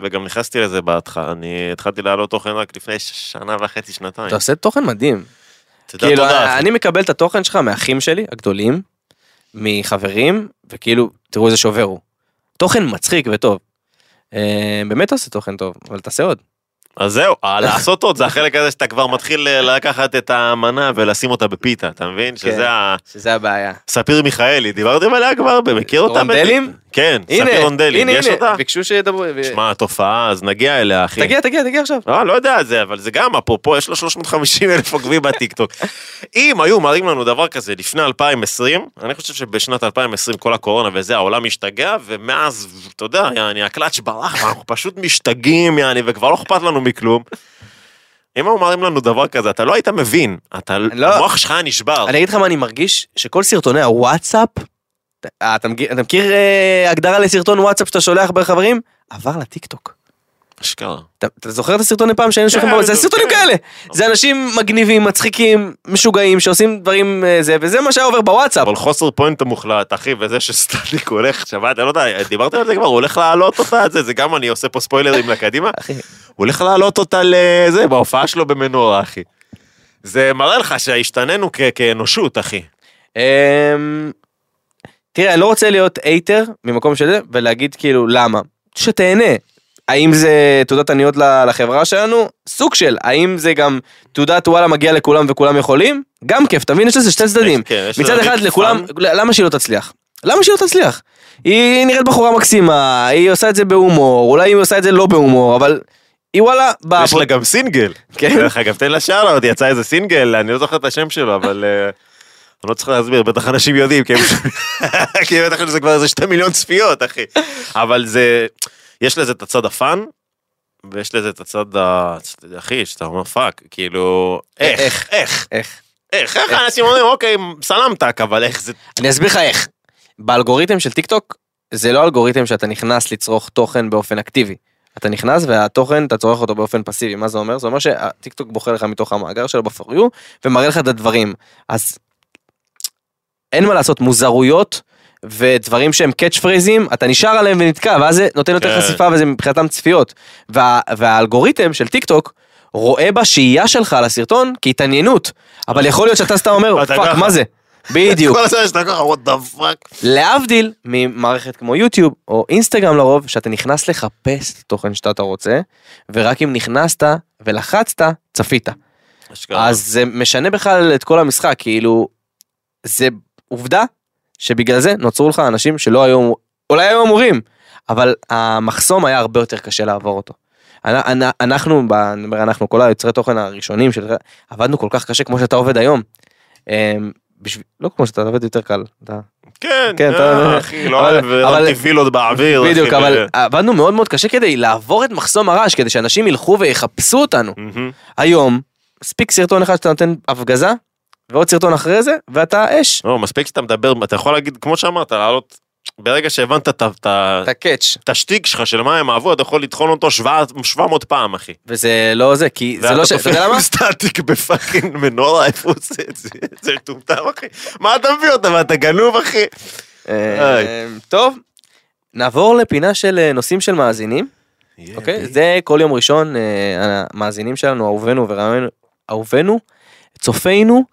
Speaker 2: וגם נכנסתי לזה בהתחלה, אני התחלתי להעלות תוכן רק לפני ש- שנה וחצי, שנתיים.
Speaker 3: אתה עושה תוכן מדהים.
Speaker 2: תודה,
Speaker 3: כאילו,
Speaker 2: תודה. אחי.
Speaker 3: אני מקבל את התוכן שלך מהאחים שלי, הגדולים, מחברים, וכאילו, תראו איזה שובר הוא. תוכן מצחיק וטוב. אה, באמת עושה תוכן טוב, אבל תעשה עוד.
Speaker 2: אז זהו, אה, לעשות עוד, זה החלק הזה שאתה כבר מתחיל אה, לקחת את המנה ולשים אותה בפיתה, אתה
Speaker 3: כן.
Speaker 2: מבין? שזה ה...
Speaker 3: שזה הבעיה.
Speaker 2: ספיר מיכאלי, דיברתם עליה כבר, מכיר אותה?
Speaker 3: רונדלים?
Speaker 2: כן, ספיר רונדלים, יש אותה?
Speaker 3: ביקשו שידברו. ו-
Speaker 2: שמע, תופעה, אז נגיע אליה, אחי.
Speaker 3: תגיע, תגיע, תגיע עכשיו.
Speaker 2: לא, לא יודע זה, אבל זה גם, אפרופו, יש לו 350 אלף עוקבים בטיקטוק. אם היו מראים לנו דבר כזה לפני 2020, אני חושב שבשנת 2020 כל הקורונה וזה, העולם השתגע, ומאז, אתה יודע, יעני, הקלאץ' ברח, ואנחנו פשוט משתגעים, יעני, וכבר לא אכפת לנו מכלום. אם היו מראים לנו דבר כזה, אתה לא היית מבין, אתה,
Speaker 3: לא.
Speaker 2: המוח שלך היה נשבר.
Speaker 3: אני אגיד לך מה אני מרגיש, שכל סרטוני הוואטסאפ, אה, אתה מכיר- אתה מכיר אה, הגדרה לסרטון וואטסאפ שאתה שולח בין חברים? עבר לטיקטוק.
Speaker 2: אשכרה.
Speaker 3: אתה, אתה זוכר את הסרטונים פעם שהיינו שולחים
Speaker 2: כן,
Speaker 3: פעם? זה
Speaker 2: כן.
Speaker 3: סרטונים כאלה. זה אנשים מגניבים, מצחיקים, משוגעים, שעושים דברים אה, זה, וזה מה שהיה עובר בוואטסאפ.
Speaker 2: אבל חוסר פואנטה מוחלט, אחי, וזה שסטטיק הולך, שמעת, לא יודע, דיברתם על זה כבר, הוא הולך להעלות אותה, זה, זה גם אני עושה פה ספוילרים לקדימה,
Speaker 3: אחי.
Speaker 2: הוא הולך להעלות אותה לזה, בהופעה שלו במנורה, אחי. זה מראה לך שהשתננו כ- כאנושות, אחי.
Speaker 3: אמ, תראה, אני לא רוצה להיות אייטר ממקום של זה, ולהגיד כאילו למה. שתהנה. האם זה תעודת עניות ל- לחברה שלנו? סוג של. האם זה גם תעודת וואלה מגיע לכולם וכולם יכולים? גם כיף, תבין, יש לזה שתי צדדים.
Speaker 2: כן, יש
Speaker 3: מצד
Speaker 2: לזה
Speaker 3: אחד
Speaker 2: פן.
Speaker 3: לכולם, למה שהיא לא תצליח? למה שהיא לא תצליח? היא נראית בחורה מקסימה, היא עושה את זה בהומור, אולי היא עושה את זה לא בהומור, אבל היא וואלה... באה
Speaker 2: יש
Speaker 3: פה-
Speaker 2: לה גם סינגל.
Speaker 3: כן.
Speaker 2: דרך אגב, תן לה שאלה, עוד יצא איזה סינגל, אני לא זוכר את השם שלו, אבל... אה, אני לא צריך להסביר, בטח אנשים יודעים, כי הם... כי בטח שזה כבר איזה שתי מיליון צפיות, אחי. אבל זה... יש לזה את הצד הפאן, ויש לזה את הצד ה... אחי, שאתה אומר פאק, כאילו... איך? איך? איך?
Speaker 3: איך?
Speaker 2: איך? איך אנשים אומרים, אוקיי, סלמתק, אבל איך זה...
Speaker 3: אני אסביר לך איך. באלגוריתם של טיק טוק, זה לא אלגוריתם שאתה נכנס לצרוך תוכן באופן אקטיבי. אתה נכנס והתוכן, אתה צורך אותו באופן פסיבי. מה זה אומר? זה אומר שהטיק טוק בוחר לך מתוך המאגר שלו ב-for you, ומראה לך את הדברים. אז אין מה לעשות, מוזרויות ודברים שהם קאץ' פרייזים, אתה נשאר עליהם ונתקע, ואז זה נותן יותר
Speaker 2: כן.
Speaker 3: חשיפה וזה מבחינתם צפיות. וה, והאלגוריתם של טיק טוק רואה בשהייה שלך על הסרטון כהתעניינות, אבל יכול להיות שאתה סתם אומר,
Speaker 2: אתה
Speaker 3: פאק,
Speaker 2: ככה."
Speaker 3: מה זה? בדיוק.
Speaker 2: כל הזמן שאתה ככה, what the fuck.
Speaker 3: להבדיל ממערכת כמו יוטיוב או אינסטגרם לרוב, שאתה נכנס לחפש את התוכן שאתה רוצה, ורק אם נכנסת ולחצת, צפית.
Speaker 2: אשכרה.
Speaker 3: אז זה משנה בכלל את כל המשחק, כאילו, זה עובדה שבגלל זה נוצרו לך אנשים שלא היו, אולי היו אמורים, אבל המחסום היה הרבה יותר קשה לעבור אותו. אנ- אנ- אנחנו, ב- אני אומר אנחנו, כל היוצרי תוכן הראשונים, של... עבדנו כל כך קשה כמו שאתה עובד היום. אמ, בשביל, לא כמו שאתה עובד יותר קל, אתה
Speaker 2: כן,
Speaker 3: כן, אתה-
Speaker 2: אה, אחי, לא אוהב,
Speaker 3: אבל- אבל-
Speaker 2: הרמתי וילות באוויר. אחי, כן.
Speaker 3: בדיוק, אבל
Speaker 2: וזה.
Speaker 3: עבדנו מאוד מאוד קשה כדי לעבור את מחסום הרעש, כדי שאנשים ילכו ויחפשו אותנו.
Speaker 2: מהמם.
Speaker 3: היום, מספיק סרטון אחד שאתה נותן הפגזה, ועוד סרטון אחרי זה, ואתה אש.
Speaker 2: לא, מספיק שאתה מדבר, אתה יכול להגיד, כמו שאמרת, לעלות, ברגע שהבנת את ה- את ה-
Speaker 3: אתה קאץ'.
Speaker 2: את השטיק שלך של מה הם אהבו, אתה יכול לטחון אותו שבע- 700 פעם, אחי.
Speaker 3: וזה לא זה, כי זה לא ש... אתה יודע למה?
Speaker 2: סטטיק בפאקינג מנורה, איפה הוא עושה את זה? זה מטומטם, אחי. מה אתה מביא אותה? מה, אתה גנוב, אחי?
Speaker 3: אה, טוב, נעבור לפינה של אה, נושאים של מאזינים, אוקיי? זה כל יום ראשון, אה, המאזינים שלנו, אהובינו ורעיונו, אהובינו, צופינו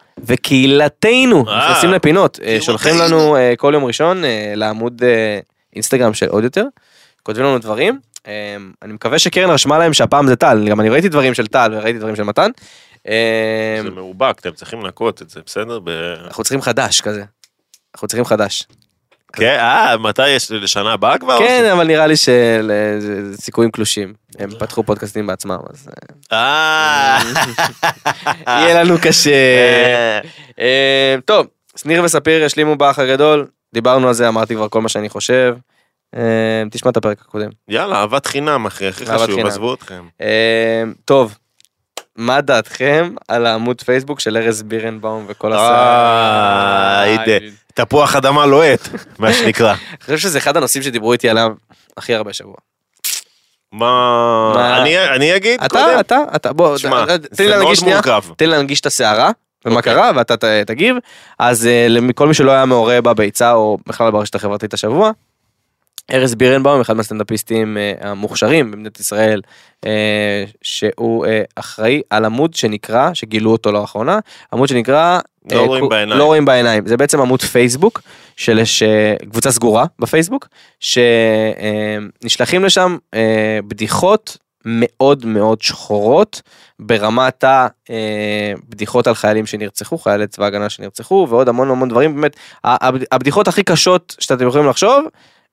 Speaker 3: וקהילתנו,
Speaker 2: אה,
Speaker 3: נכנסים לפינות, אה,
Speaker 2: קהילתנו.
Speaker 3: שולחים לנו אה, כל יום ראשון אה, לעמוד אה, אינסטגרם של עוד יותר, כותבים לנו דברים. אה, אני מקווה שקרן רשמה להם שהפעם זה טל, גם אני ראיתי דברים של טל וראיתי דברים של מתן. אה,
Speaker 2: זה מאובק, אתם צריכים לנקות את זה, בסדר? ב-
Speaker 3: אנחנו צריכים חדש כזה. אנחנו צריכים חדש.
Speaker 2: כן, אה, מתי יש? לשנה הבאה כבר?
Speaker 3: אוקיי. כן, אבל נראה לי שזה סיכויים קלושים. הם פתחו פודקאסטים בעצמם, אז
Speaker 2: אה,
Speaker 3: אה, יהיה לנו קשה. אה, טוב, שניר וספיר השלימו באח הגדול, דיברנו על זה, אמרתי כבר כל מה שאני חושב. אה, תשמע את הפרק הקודם.
Speaker 2: יאללה, אהבת חינם, אחי, הכי
Speaker 3: אהבת
Speaker 2: חשוב,
Speaker 3: חינם.
Speaker 2: עזבו אתכם.
Speaker 3: אה, טוב, מה דעתכם על העמוד פייסבוק של ארז בירנbaum וכל
Speaker 2: אה,
Speaker 3: הסרט?
Speaker 2: הנה. תפוח אדמה לוהט, מה שנקרא.
Speaker 3: אני חושב שזה אחד הנושאים שדיברו איתי עליו הכי הרבה שבוע.
Speaker 2: מה...
Speaker 3: מה?
Speaker 2: אני- אני אגיד קודם?
Speaker 3: אתה, אתה, אתה, בוא,
Speaker 2: שמע,
Speaker 3: אתה-
Speaker 2: זה
Speaker 3: תן לי להנגיש
Speaker 2: מאוד
Speaker 3: שנייה.
Speaker 2: מורכב.
Speaker 3: תן להנגיש את הסערה ומה
Speaker 2: אוקיי.
Speaker 3: קרה ואתה ת- תגיב אז אה, לכל מי שלא היה מעורה בביצה או בכלל ברשת החברתית השבוע. ארז בירנבאום, אחד מהסטנדאפיסטים אה, המוכשרים במדינת ישראל, אה, שהוא אה, אחראי על עמוד שנקרא, שגילו אותו לאחרונה, עמוד שנקרא...
Speaker 2: לא
Speaker 3: אה,
Speaker 2: רואים
Speaker 3: קו-
Speaker 2: בעיניים.
Speaker 3: לא רואים בעיניים. זה בעצם עמוד פייסבוק, של ש- קבוצה סגורה בפייסבוק, שנשלחים לשם אה, בדיחות מאוד מאוד שחורות, ברמת הבדיחות על חיילים שנרצחו, חיילי צבא הגנה שנרצחו, ועוד המון המון דברים, באמת, ה- הבד- הבדיחות הכי קשות שאתם יכולים לחשוב,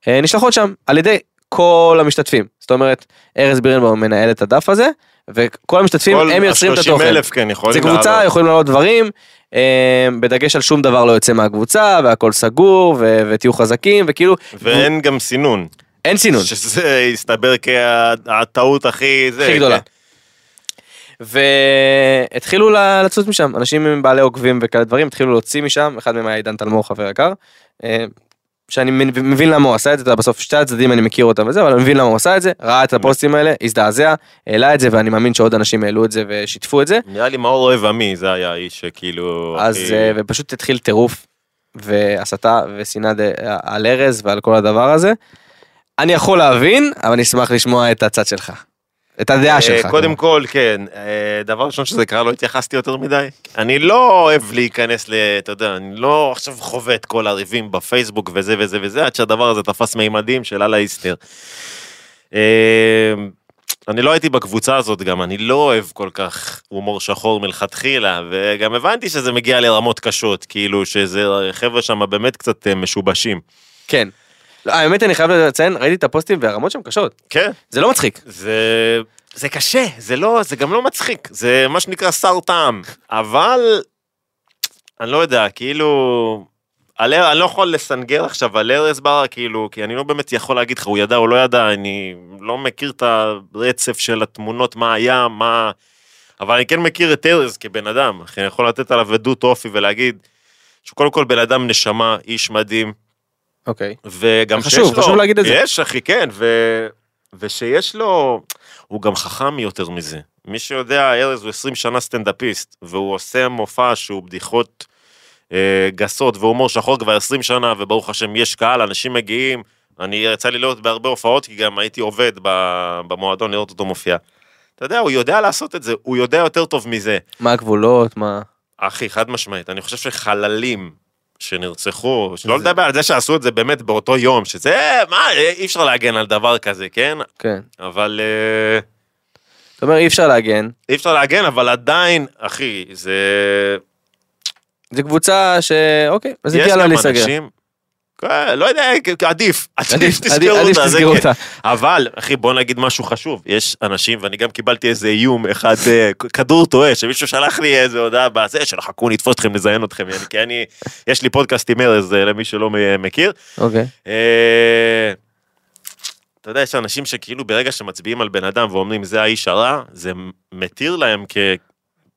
Speaker 3: אה, נשלחות שם על ידי כל המשתתפים. זאת אומרת, ארז בירנבאום מנהל את הדף הזה, וכל המשתתפים,
Speaker 2: כל
Speaker 3: הם יוצרים את
Speaker 2: ה- 30
Speaker 3: התוכן.
Speaker 2: אלף, כן,
Speaker 3: זה
Speaker 2: יכולים
Speaker 3: קבוצה,
Speaker 2: לעלות.
Speaker 3: יכולים לעלות דברים, אה, בדגש על שום דבר לא יוצא מהקבוצה, והכל סגור, ו- ותהיו חזקים, וכאילו,
Speaker 2: ואין גם סינון.
Speaker 3: אין אה, סינון.
Speaker 2: שזה הסתבר כהטעות הכי... זה,
Speaker 3: הכי גדולה.
Speaker 2: כן.
Speaker 3: והתחילו ל- לצאת משם, אנשים עם בעלי עוקבים וכאלה דברים, התחילו להוציא משם, אחד מהם היה עידן תלמור, חבר יקר, אה, שאני מבין מבין למה הוא עשה את זה, אתה יודע, בסוף שתי הצדדים אני מכיר אותם וזה, אבל אני מבין למה הוא עשה את זה, ראה את הפוסטים האלה, הזדעזע, העלה את זה, ואני מאמין שעוד אנשים העלו את זה ושיתפו את זה,
Speaker 2: נראה לי מאור אוהב עמי, זה היה האיש שכאילו...
Speaker 3: אז
Speaker 2: הכי-
Speaker 3: אה, ופשוט התחיל טירוף והסתה ושנאה ד- על ארז ועל כל הדבר הזה. אני יכול להבין, אבל אני אשמח לשמוע את הצד שלך. את הדעה
Speaker 2: אה,
Speaker 3: שלך.
Speaker 2: קודם כל, כן, אה, דבר ראשון שזה קרה, לא התייחסתי יותר מדי. אני לא אוהב להיכנס ל... אתה יודע, אני לא עכשיו חווה את כל הריבים בפייסבוק וזה וזה וזה, עד שהדבר הזה תפס מימדים של אללה איסטר. אה, אני לא הייתי בקבוצה הזאת גם, אני לא אוהב כל כך הומור שחור מלכתחילה, וגם הבנתי שזה מגיע לרמות קשות, כאילו שזה חבר'ה שם באמת קצת אה, משובשים.
Speaker 3: כן. לא, האמת אני חייב לציין, ראיתי את הפוסטים והרמות שם קשות.
Speaker 2: כן.
Speaker 3: זה לא מצחיק.
Speaker 2: זה... זה קשה, זה לא, זה גם לא מצחיק, זה מה שנקרא שר טעם, אבל אני לא יודע, כאילו, על, אני לא יכול לסנגר עכשיו על ארז בר, כאילו, כי אני לא באמת יכול להגיד לך, הוא ידע או לא ידע, אני לא מכיר את הרצף של התמונות, מה היה, מה... אבל אני כן מכיר את ארז כבן אדם, אחי, אני יכול לתת עליו עדות אופי ולהגיד שהוא קודם כל בן אדם נשמה, איש מדהים,
Speaker 3: אוקיי.
Speaker 2: וגם
Speaker 3: חשוב,
Speaker 2: שיש לו,
Speaker 3: חשוב להגיד את זה.
Speaker 2: יש, אחי, כן, ו... ושיש לו, הוא גם חכם יותר מזה. מי שיודע, ארז הוא 20 שנה סטנדאפיסט, והוא עושה מופע שהוא בדיחות אה, גסות והומור שחור כבר 20 שנה, וברוך השם, יש קהל, אנשים מגיעים. אני, יצא לי להיות בהרבה הופעות, כי גם הייתי עובד ב- במועדון לראות אותו מופיע. אתה יודע, הוא יודע לעשות את זה, הוא יודע יותר טוב מזה.
Speaker 3: מה הגבולות, מה...
Speaker 2: אחי, חד משמעית, אני חושב שחללים שנרצחו, שלא לדבר על זה שעשו את זה באמת באותו יום, שזה, מה, אה, אי אפשר להגן על דבר כזה, כן?
Speaker 3: כן.
Speaker 2: אבל... אה,
Speaker 3: זאת אומרת, אי אפשר להגן.
Speaker 2: אי אפשר להגן, אבל עדיין, אחי, זה...
Speaker 3: זו קבוצה ש... אוקיי, אז הגיע לה להיסגר.
Speaker 2: כן, לא יודע, כ- עדיף, עדיף
Speaker 3: עדיף עדיף-
Speaker 2: שתסגרו
Speaker 3: עדיף
Speaker 2: אותה, זה
Speaker 3: שתסגרו
Speaker 2: כן.
Speaker 3: אותה.
Speaker 2: אבל, אחי, בוא נגיד משהו חשוב. יש אנשים, ואני גם קיבלתי איזה איום אחד, אה, כדור טועה, שמישהו שלח לי איזה הודעה בזה, שלחקו נתפוס אתכם, נזיין אתכם, יעני, כי אני, יש לי פודקאסט עם ארז, אה, למי שלא מ- מכיר.
Speaker 3: אוקיי.
Speaker 2: אה, אתה יודע, יש אנשים שכאילו ברגע שמצביעים על בן אדם ואומרים, זה האיש הרע, זה מתיר להם כ...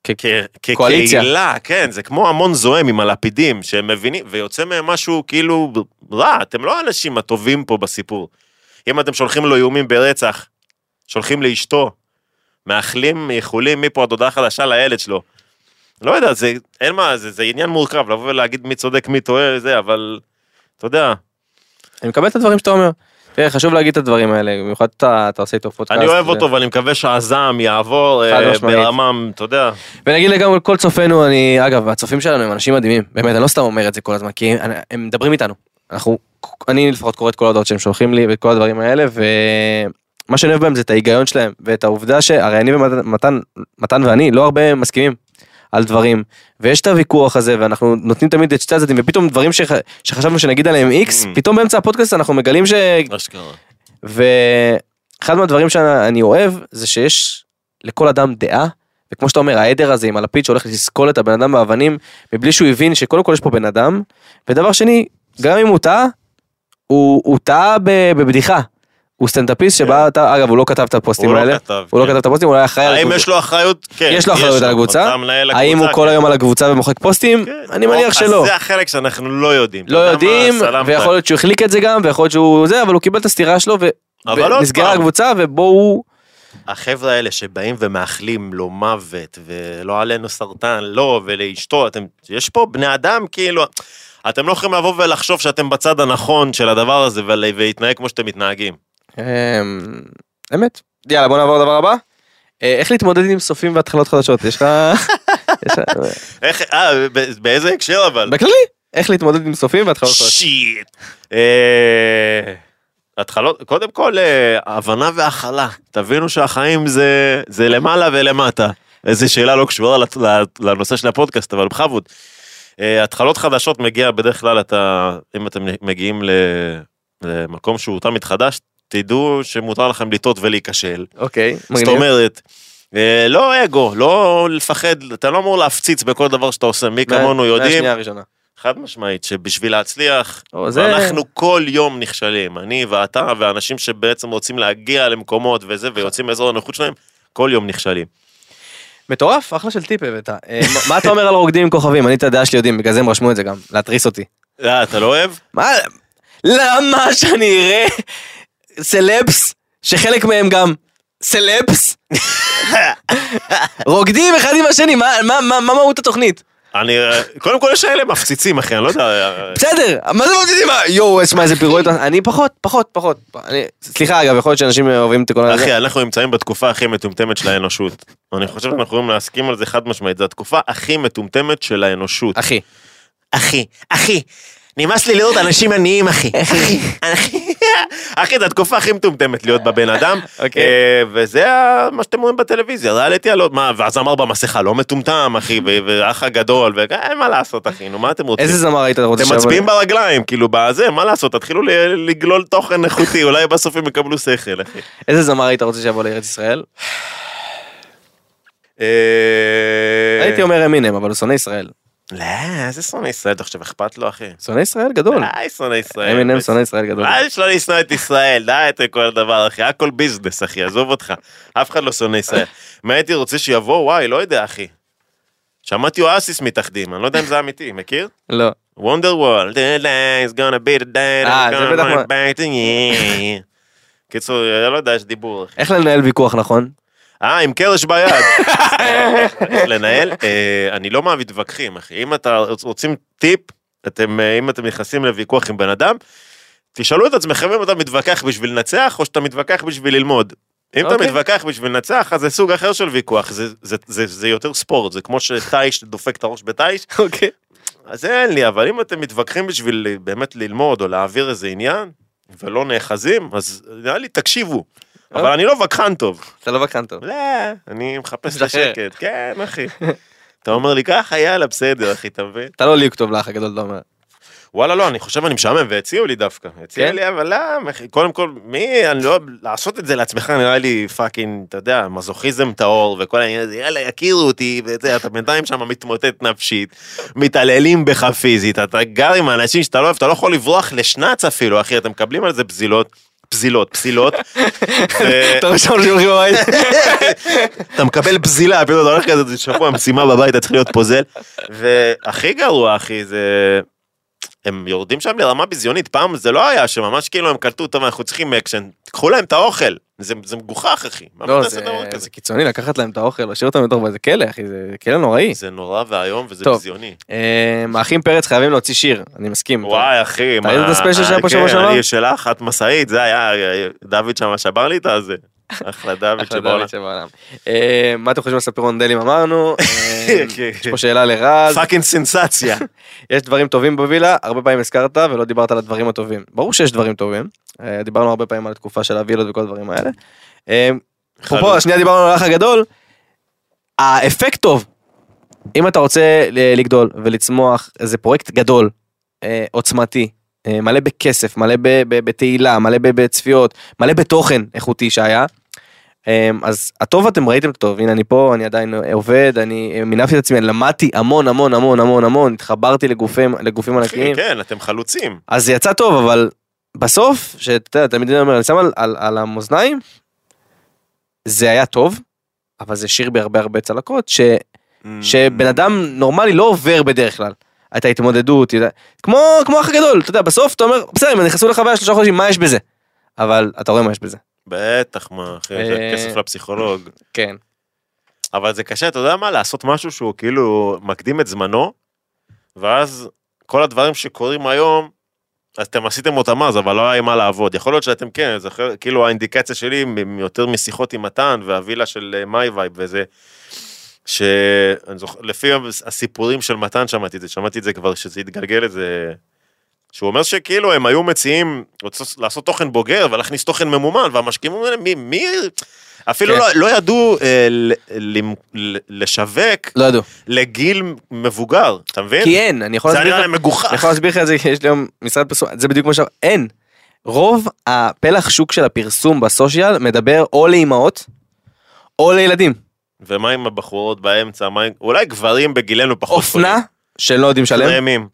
Speaker 3: כ-
Speaker 2: כ-
Speaker 3: קואליציה.
Speaker 2: כקהילה, כן, זה כמו המון זועם עם הלפידים, שהם מבינים, ויוצא מהם משהו כאילו רע, אתם לא האנשים הטובים פה בסיפור. אם אתם שולחים לו איומים ברצח, שולחים לאשתו, מאחלים איחולים מפה עד הודעה חדשה לילד שלו. לא יודע, זה, אין מה, זה, זה עניין מורכב, לבוא ולהגיד מי צודק, מי טועה, זה, אבל, אתה יודע,
Speaker 3: אני מקבל את הדברים שאתה אומר. תראה, חשוב להגיד את הדברים האלה, במיוחד אתה אתה עושה איתו פודקאסט.
Speaker 2: אני אוהב
Speaker 3: זה-
Speaker 2: אותו ואני מקווה שהזעם יעבור
Speaker 3: חד
Speaker 2: אה,
Speaker 3: משמעית.
Speaker 2: ברמם, אתה יודע.
Speaker 3: ונגיד לגמרי כל צופינו, אני, אגב, הצופים שלנו הם אנשים מדהימים, באמת, אני לא סתם אומר את זה כל הזמן, כי הם, הם מדברים איתנו. אנחנו, אני לפחות קורא את כל ההודעות שהם שולחים לי ואת כל הדברים האלה, ומה שאני אוהב בהם זה את ההיגיון שלהם, ואת העובדה שהרי אני ומתן, מתן ואני לא הרבה מסכימים. על דברים ויש את הוויכוח הזה ואנחנו נותנים תמיד את שתי הצדדים ופתאום דברים שח... שחשבנו שנגיד עליהם איקס
Speaker 2: Mm.
Speaker 3: פתאום באמצע הפודקאסט אנחנו מגלים ש...
Speaker 2: אשכרה.
Speaker 3: ואחד מהדברים שאני אוהב זה שיש לכל אדם דעה. וכמו שאתה אומר העדר הזה עם הלפיד שהולך לסקול את הבן אדם באבנים מבלי שהוא הבין שקודם כל יש פה בן אדם ודבר שני גם אם הוא טעה הוא, הוא טעה ב- בבדיחה. הוא סטנדאפיסט שבה אתה אגב הוא לא כתב את הפוסטים
Speaker 2: כן. הוא לא
Speaker 3: האלה
Speaker 2: כתב,
Speaker 3: הוא לא
Speaker 2: כן.
Speaker 3: כתב את הפוסטים הוא היה אחראי על
Speaker 2: האם
Speaker 3: הקבוצה.
Speaker 2: יש לו אחריות? כן.
Speaker 3: יש לו אחריות על הקבוצה
Speaker 2: אתה מנהל
Speaker 3: האם הוא
Speaker 2: הקבוצה,
Speaker 3: כל
Speaker 2: כן.
Speaker 3: היום על הקבוצה ומוחק פוסטים
Speaker 2: כן.
Speaker 3: אני מניח
Speaker 2: אז
Speaker 3: שלא.
Speaker 2: זה החלק שאנחנו לא יודעים.
Speaker 3: לא
Speaker 2: אתה יודע מה,
Speaker 3: יודעים,
Speaker 2: סלמת.
Speaker 3: ויכול להיות שהוא החליק את זה גם, ויכול להיות שהוא זה, אבל הוא קיבל את הסטירה שלו, ו-
Speaker 2: אבל עוד
Speaker 3: ונסגרה
Speaker 2: פעם.
Speaker 3: הקבוצה, ובו הוא...
Speaker 2: החבר'ה האלה שבאים ומאחלים לו מוות, ולא עלינו סרטן, לא, ולאשתו, אתם, יש פה בני אדם כאילו, אתם לא יכולים לבוא ולחשוב שאתם בצד הנכון של הדבר הזה ול- ולהתנהג כמו שאתם מתנהגים.
Speaker 3: אמ, אמת. יאללה בוא נעבור לדבר הבא. אה, איך להתמודד עם סופים והתחלות חדשות יש לך... יש לך-
Speaker 2: איך, אה, ב- באיזה הקשר אבל?
Speaker 3: בכללי איך להתמודד עם סופים והתחלות חדשות.
Speaker 2: שיט. אה, התחלות, קודם כל אה, הבנה והכלה. תבינו שהחיים זה, זה למעלה ולמטה. איזו שאלה לא קשורה לת- ל- לנושא של הפודקאסט, אבל בכבוד. אה, התחלות חדשות מגיע בדרך כלל, אתה, אם אתם מגיעים ל- למקום שהוא תמיד חדש, תדעו שמותר לכם לטעות ולהיכשל.
Speaker 3: אוקיי.
Speaker 2: זאת
Speaker 3: מגניב.
Speaker 2: אומרת, אה, לא אגו, לא לפחד, אתה לא אמור להפציץ בכל דבר שאתה עושה, מי
Speaker 3: מה-
Speaker 2: כמונו יודעים,
Speaker 3: מהשנייה הראשונה.
Speaker 2: חד משמעית, שבשביל להצליח,
Speaker 3: או, זה-
Speaker 2: אנחנו כל יום נכשלים, אני ואתה ואנשים שבעצם רוצים להגיע למקומות וזה, ויוצאים מאזור הנוחות שלהם, כל יום נכשלים.
Speaker 3: מטורף אחלה של טיפ הבאת. אה, מה- מה אתה אומר על רוקדים עם כוכבים אני את הדעה שלי יודעים בגלל זה הם רשמו את זה גם להתריס אותי.
Speaker 2: אה, אתה לא אוהב?
Speaker 3: מה? למה שאני אראה סלפס, שחלק מהם גם סלפס? רוקדים אחד עם השני, מה, מה, מה, מה מהות התוכנית?
Speaker 2: אני, קודם כל יש כאלה מפציצים, אחי, אני לא יודע. אה,
Speaker 3: בסדר, מה זה מוצאים? יואו, יש מה איזה פירוט, אני פחות, פחות, פחות. אני, סליחה אגב, יכול להיות שאנשים אה, אוהבים את הכל הזה.
Speaker 2: אחי, אנחנו נמצאים בתקופה הכי מטומטמת של האנושות. אני חושב שאנחנו יכולים להסכים על זה חד משמעית, זו התקופה הכי מטומטמת של האנושות.
Speaker 3: אחי.
Speaker 2: אחי, אחי, נמאס לי לראות אנשים עניים, אחי. אחי, אחי. אחי, זו התקופה הכי מטומטמת להיות בבן אדם.
Speaker 3: אוקיי.
Speaker 2: אה, וזה ה- מה שאתם רואים בטלוויזיה, ריאליטי הלא... מה, והזמר במסכה לא מטומטם, אחי, ו- והאח הגדול, ואין מה לעשות, אחי, נו, מה אתם רוצים?
Speaker 3: איזה זמר היית רוצה
Speaker 2: אתם מצביעים ברגליים, כאילו, בזה, מה לעשות, תתחילו ל- לגלול תוכן איכותי, אולי בסוף הם יקבלו שכל, אחי.
Speaker 3: איזה זמר היית רוצה שיבוא לארץ ישראל?
Speaker 2: אה,
Speaker 3: הייתי אומר אמינם, אבל הוא שונא ישראל.
Speaker 2: לא, איזה שונא ישראל, אתה חושב, אכפת לו, אחי?
Speaker 3: שונא ישראל גדול.
Speaker 2: די, שונא ישראל.
Speaker 3: אמינם שונא ישראל גדול.
Speaker 2: אל שלא לשנוא את ישראל, די את כל הדבר, אחי, הכל ביזנס, אחי, עזוב אותך. אף אחד לא שונא ישראל. מה הייתי רוצה שיבוא, וואי, לא יודע, אחי. שמעתי אואסיס מתאחדים, אני לא יודע אם זה אמיתי, מכיר?
Speaker 3: לא.
Speaker 2: וונדר וול, the day is לא, gonna be the day,
Speaker 3: אה,
Speaker 2: I'm
Speaker 3: זה
Speaker 2: gonna
Speaker 3: בטח
Speaker 2: run
Speaker 3: מה-
Speaker 2: back to you. קיצור, אני לא יודע, יש דיבור, אחי.
Speaker 3: איך לנהל ויכוח נכון?
Speaker 2: אה, עם קרש ביד. לנהל, אה, אני לא מהמתווכחים, אחי. אם אתה רוצים טיפ, אתם, אה, אם אתם נכנסים לוויכוח עם בן אדם, תשאלו את עצמכם אם אתה מתווכח בשביל לנצח, או שאתה מתווכח בשביל ללמוד. אם אתה
Speaker 3: אוקיי.
Speaker 2: מתווכח בשביל לנצח, אז זה סוג אחר של ויכוח, זה- זה- זה זה יותר ספורט, זה כמו שטייש דופק את הראש בטייש,
Speaker 3: אוקיי.
Speaker 2: אז זה אין לי, אבל אם אתם מתווכחים בשביל אה, באמת ללמוד או להעביר איזה עניין, ולא נאחזים, אז אה, נראה לי תקשיבו. אבל
Speaker 3: אוקיי.
Speaker 2: אני לא וכחן טוב.
Speaker 3: אתה לא בקרן טוב.
Speaker 2: לא, אני מחפש את
Speaker 3: משחרר.
Speaker 2: השקט, כן אחי. אתה אומר לי ככה, יאללה, בסדר אחי, אתה מבין?
Speaker 3: אתה לא ליהוק טוב לאח הגדול, אתה אומר.
Speaker 2: וואלה, לא, אני חושב אני משעמם, והציעו לי דווקא. הציעו
Speaker 3: כן?
Speaker 2: לי, אבל למה, אחי? קודם כל, מי, אני לא, לעשות את זה לעצמך נראה לי פאקינג, אתה יודע, מזוכיזם טהור, וכל העניין הזה, יאללה, יכירו אותי, וזה, אתה בינתיים שם מתמוטט נפשית, מתעללים בך פיזית, אתה גר עם אנשים שאתה לא אוהב, אתה לא יכול לברוח לשנץ אפילו, אחי, אתם מקבלים על זה בזילות, פזילות, פסילות. ו-
Speaker 3: אתה ראשון שהולכים בבית.
Speaker 2: אתה מקבל בזילה, פתאום אתה הולך כזה, זה שבוע משימה בבית, אתה צריך להיות פוזל. והכי גרוע, אחי, זה... הם יורדים שם לרמה ביזיונית, פעם זה לא היה, שממש כאילו הם קלטו, טוב, אנחנו צריכים אקשן, קחו להם את האוכל, זה, זה מגוחך, אחי. מה
Speaker 3: לא,
Speaker 2: אתה עושה
Speaker 3: זה-
Speaker 2: דבר כזה?
Speaker 3: זה קיצוני לקחת להם את האוכל, להשאיר אותם בתוך איזה כלא, אחי, זה כלא נוראי.
Speaker 2: זה נורא ואיום וזה
Speaker 3: טוב.
Speaker 2: ביזיוני.
Speaker 3: אמ, האחים פרץ חייבים להוציא שיר, אני מסכים.
Speaker 2: וואי, אחי,
Speaker 3: ראית את הספיישל שהיה פה
Speaker 2: כן,
Speaker 3: שבוע שעבר?
Speaker 2: אני שלה אחת משאית, זה היה, דוד שם שבר לי את הזה. אחלה דוד
Speaker 3: אחלה
Speaker 2: שבעולם.
Speaker 3: דוד שבעולם. אמ, מה אתם חושבים על ספירון דלים אמרנו? אמ,
Speaker 2: כן.
Speaker 3: יש פה שאלה לרז,
Speaker 2: פאקינג סנסציה.
Speaker 3: יש דברים טובים בווילה, הרבה פעמים הזכרת ולא דיברת על הדברים הטובים. ברור שיש דברים טובים, אה, דיברנו הרבה פעמים על התקופה של הווילות וכל הדברים האלה. אמ, אפרופו,
Speaker 2: חלוץ.
Speaker 3: השנייה דיברנו על האח הגדול, האפקט טוב. אם אתה רוצה ל- לגדול ולצמוח, זה פרויקט גדול, אה, עוצמתי, אה, מלא בכסף, מלא ב- ב- בתהילה, מלא ב- בצפיות, מלא בתוכן איכותי שהיה. אה, אז הטוב אתם ראיתם את הטוב, הנה אני פה, אני עדיין עובד, אני אה, מינפתי את עצמי, אני למדתי המון המון המון המון המון, התחברתי לגופים, לגופים ענקיים.
Speaker 2: אחי, כן, אתם חלוצים.
Speaker 3: אז זה יצא טוב, אבל בסוף, שאתה יודע, תמיד אני אומר, אני שם על, על, על המאזניים, זה היה טוב, אבל זה שיר בהרבה הרבה צלקות, ש, שבן אדם נורמלי לא עובר בדרך כלל. את ההתמודדות, יודע, כמו, כמו אח הגדול, אתה יודע, בסוף אתה אומר, בסדר, אם הם נכנסו לחוויה שלושה חודשים, מה יש בזה? אבל אתה רואה מה יש בזה.
Speaker 2: בטח, מה, אחי, זה
Speaker 3: אה,
Speaker 2: כסף לפסיכולוג.
Speaker 3: כן.
Speaker 2: אבל זה קשה, אתה יודע מה? לעשות משהו שהוא כאילו מקדים את זמנו, ואז כל הדברים שקורים היום, אז אתם עשיתם אותם אז, אבל לא היה עם מה לעבוד. יכול להיות שאתם כן, זה אחר, כאילו האינדיקציה שלי מ- יותר משיחות עם מתן והווילה של אה, מיי וייב וזה, שאני זוכר, לפי הסיפורים של מתן שמעתי את זה, שמעתי את זה כבר, שזה התגלגל את זה, שהוא אומר שכאילו הם היו מציעים רוצ- לעשות תוכן בוגר ולהכניס תוכן ממומן, והמשקיעים אומרים להם, מי, מי, אפילו
Speaker 3: כן.
Speaker 2: לא, לא ידעו אה, ל- למ- ל- לשווק
Speaker 3: לא ידעו.
Speaker 2: לגיל מבוגר, אתה מבין?
Speaker 3: כי אין, אני יכול
Speaker 2: כן. זה
Speaker 3: להסביר
Speaker 2: נראה
Speaker 3: לך-
Speaker 2: להם מגוחך.
Speaker 3: אני יכול להסביר לך את זה, כי יש לי היום משרד פרסום, זה בדיוק מה ש... אין. רוב הפלח שוק של הפרסום בסושיאל מדבר או לאימהות, או לילדים.
Speaker 2: אוקיי. ומה עם הבחורות באמצע? מה עם... אולי גברים בגילנו פחות
Speaker 3: אופנה, שלא יודעים לשלם.
Speaker 2: קרמים.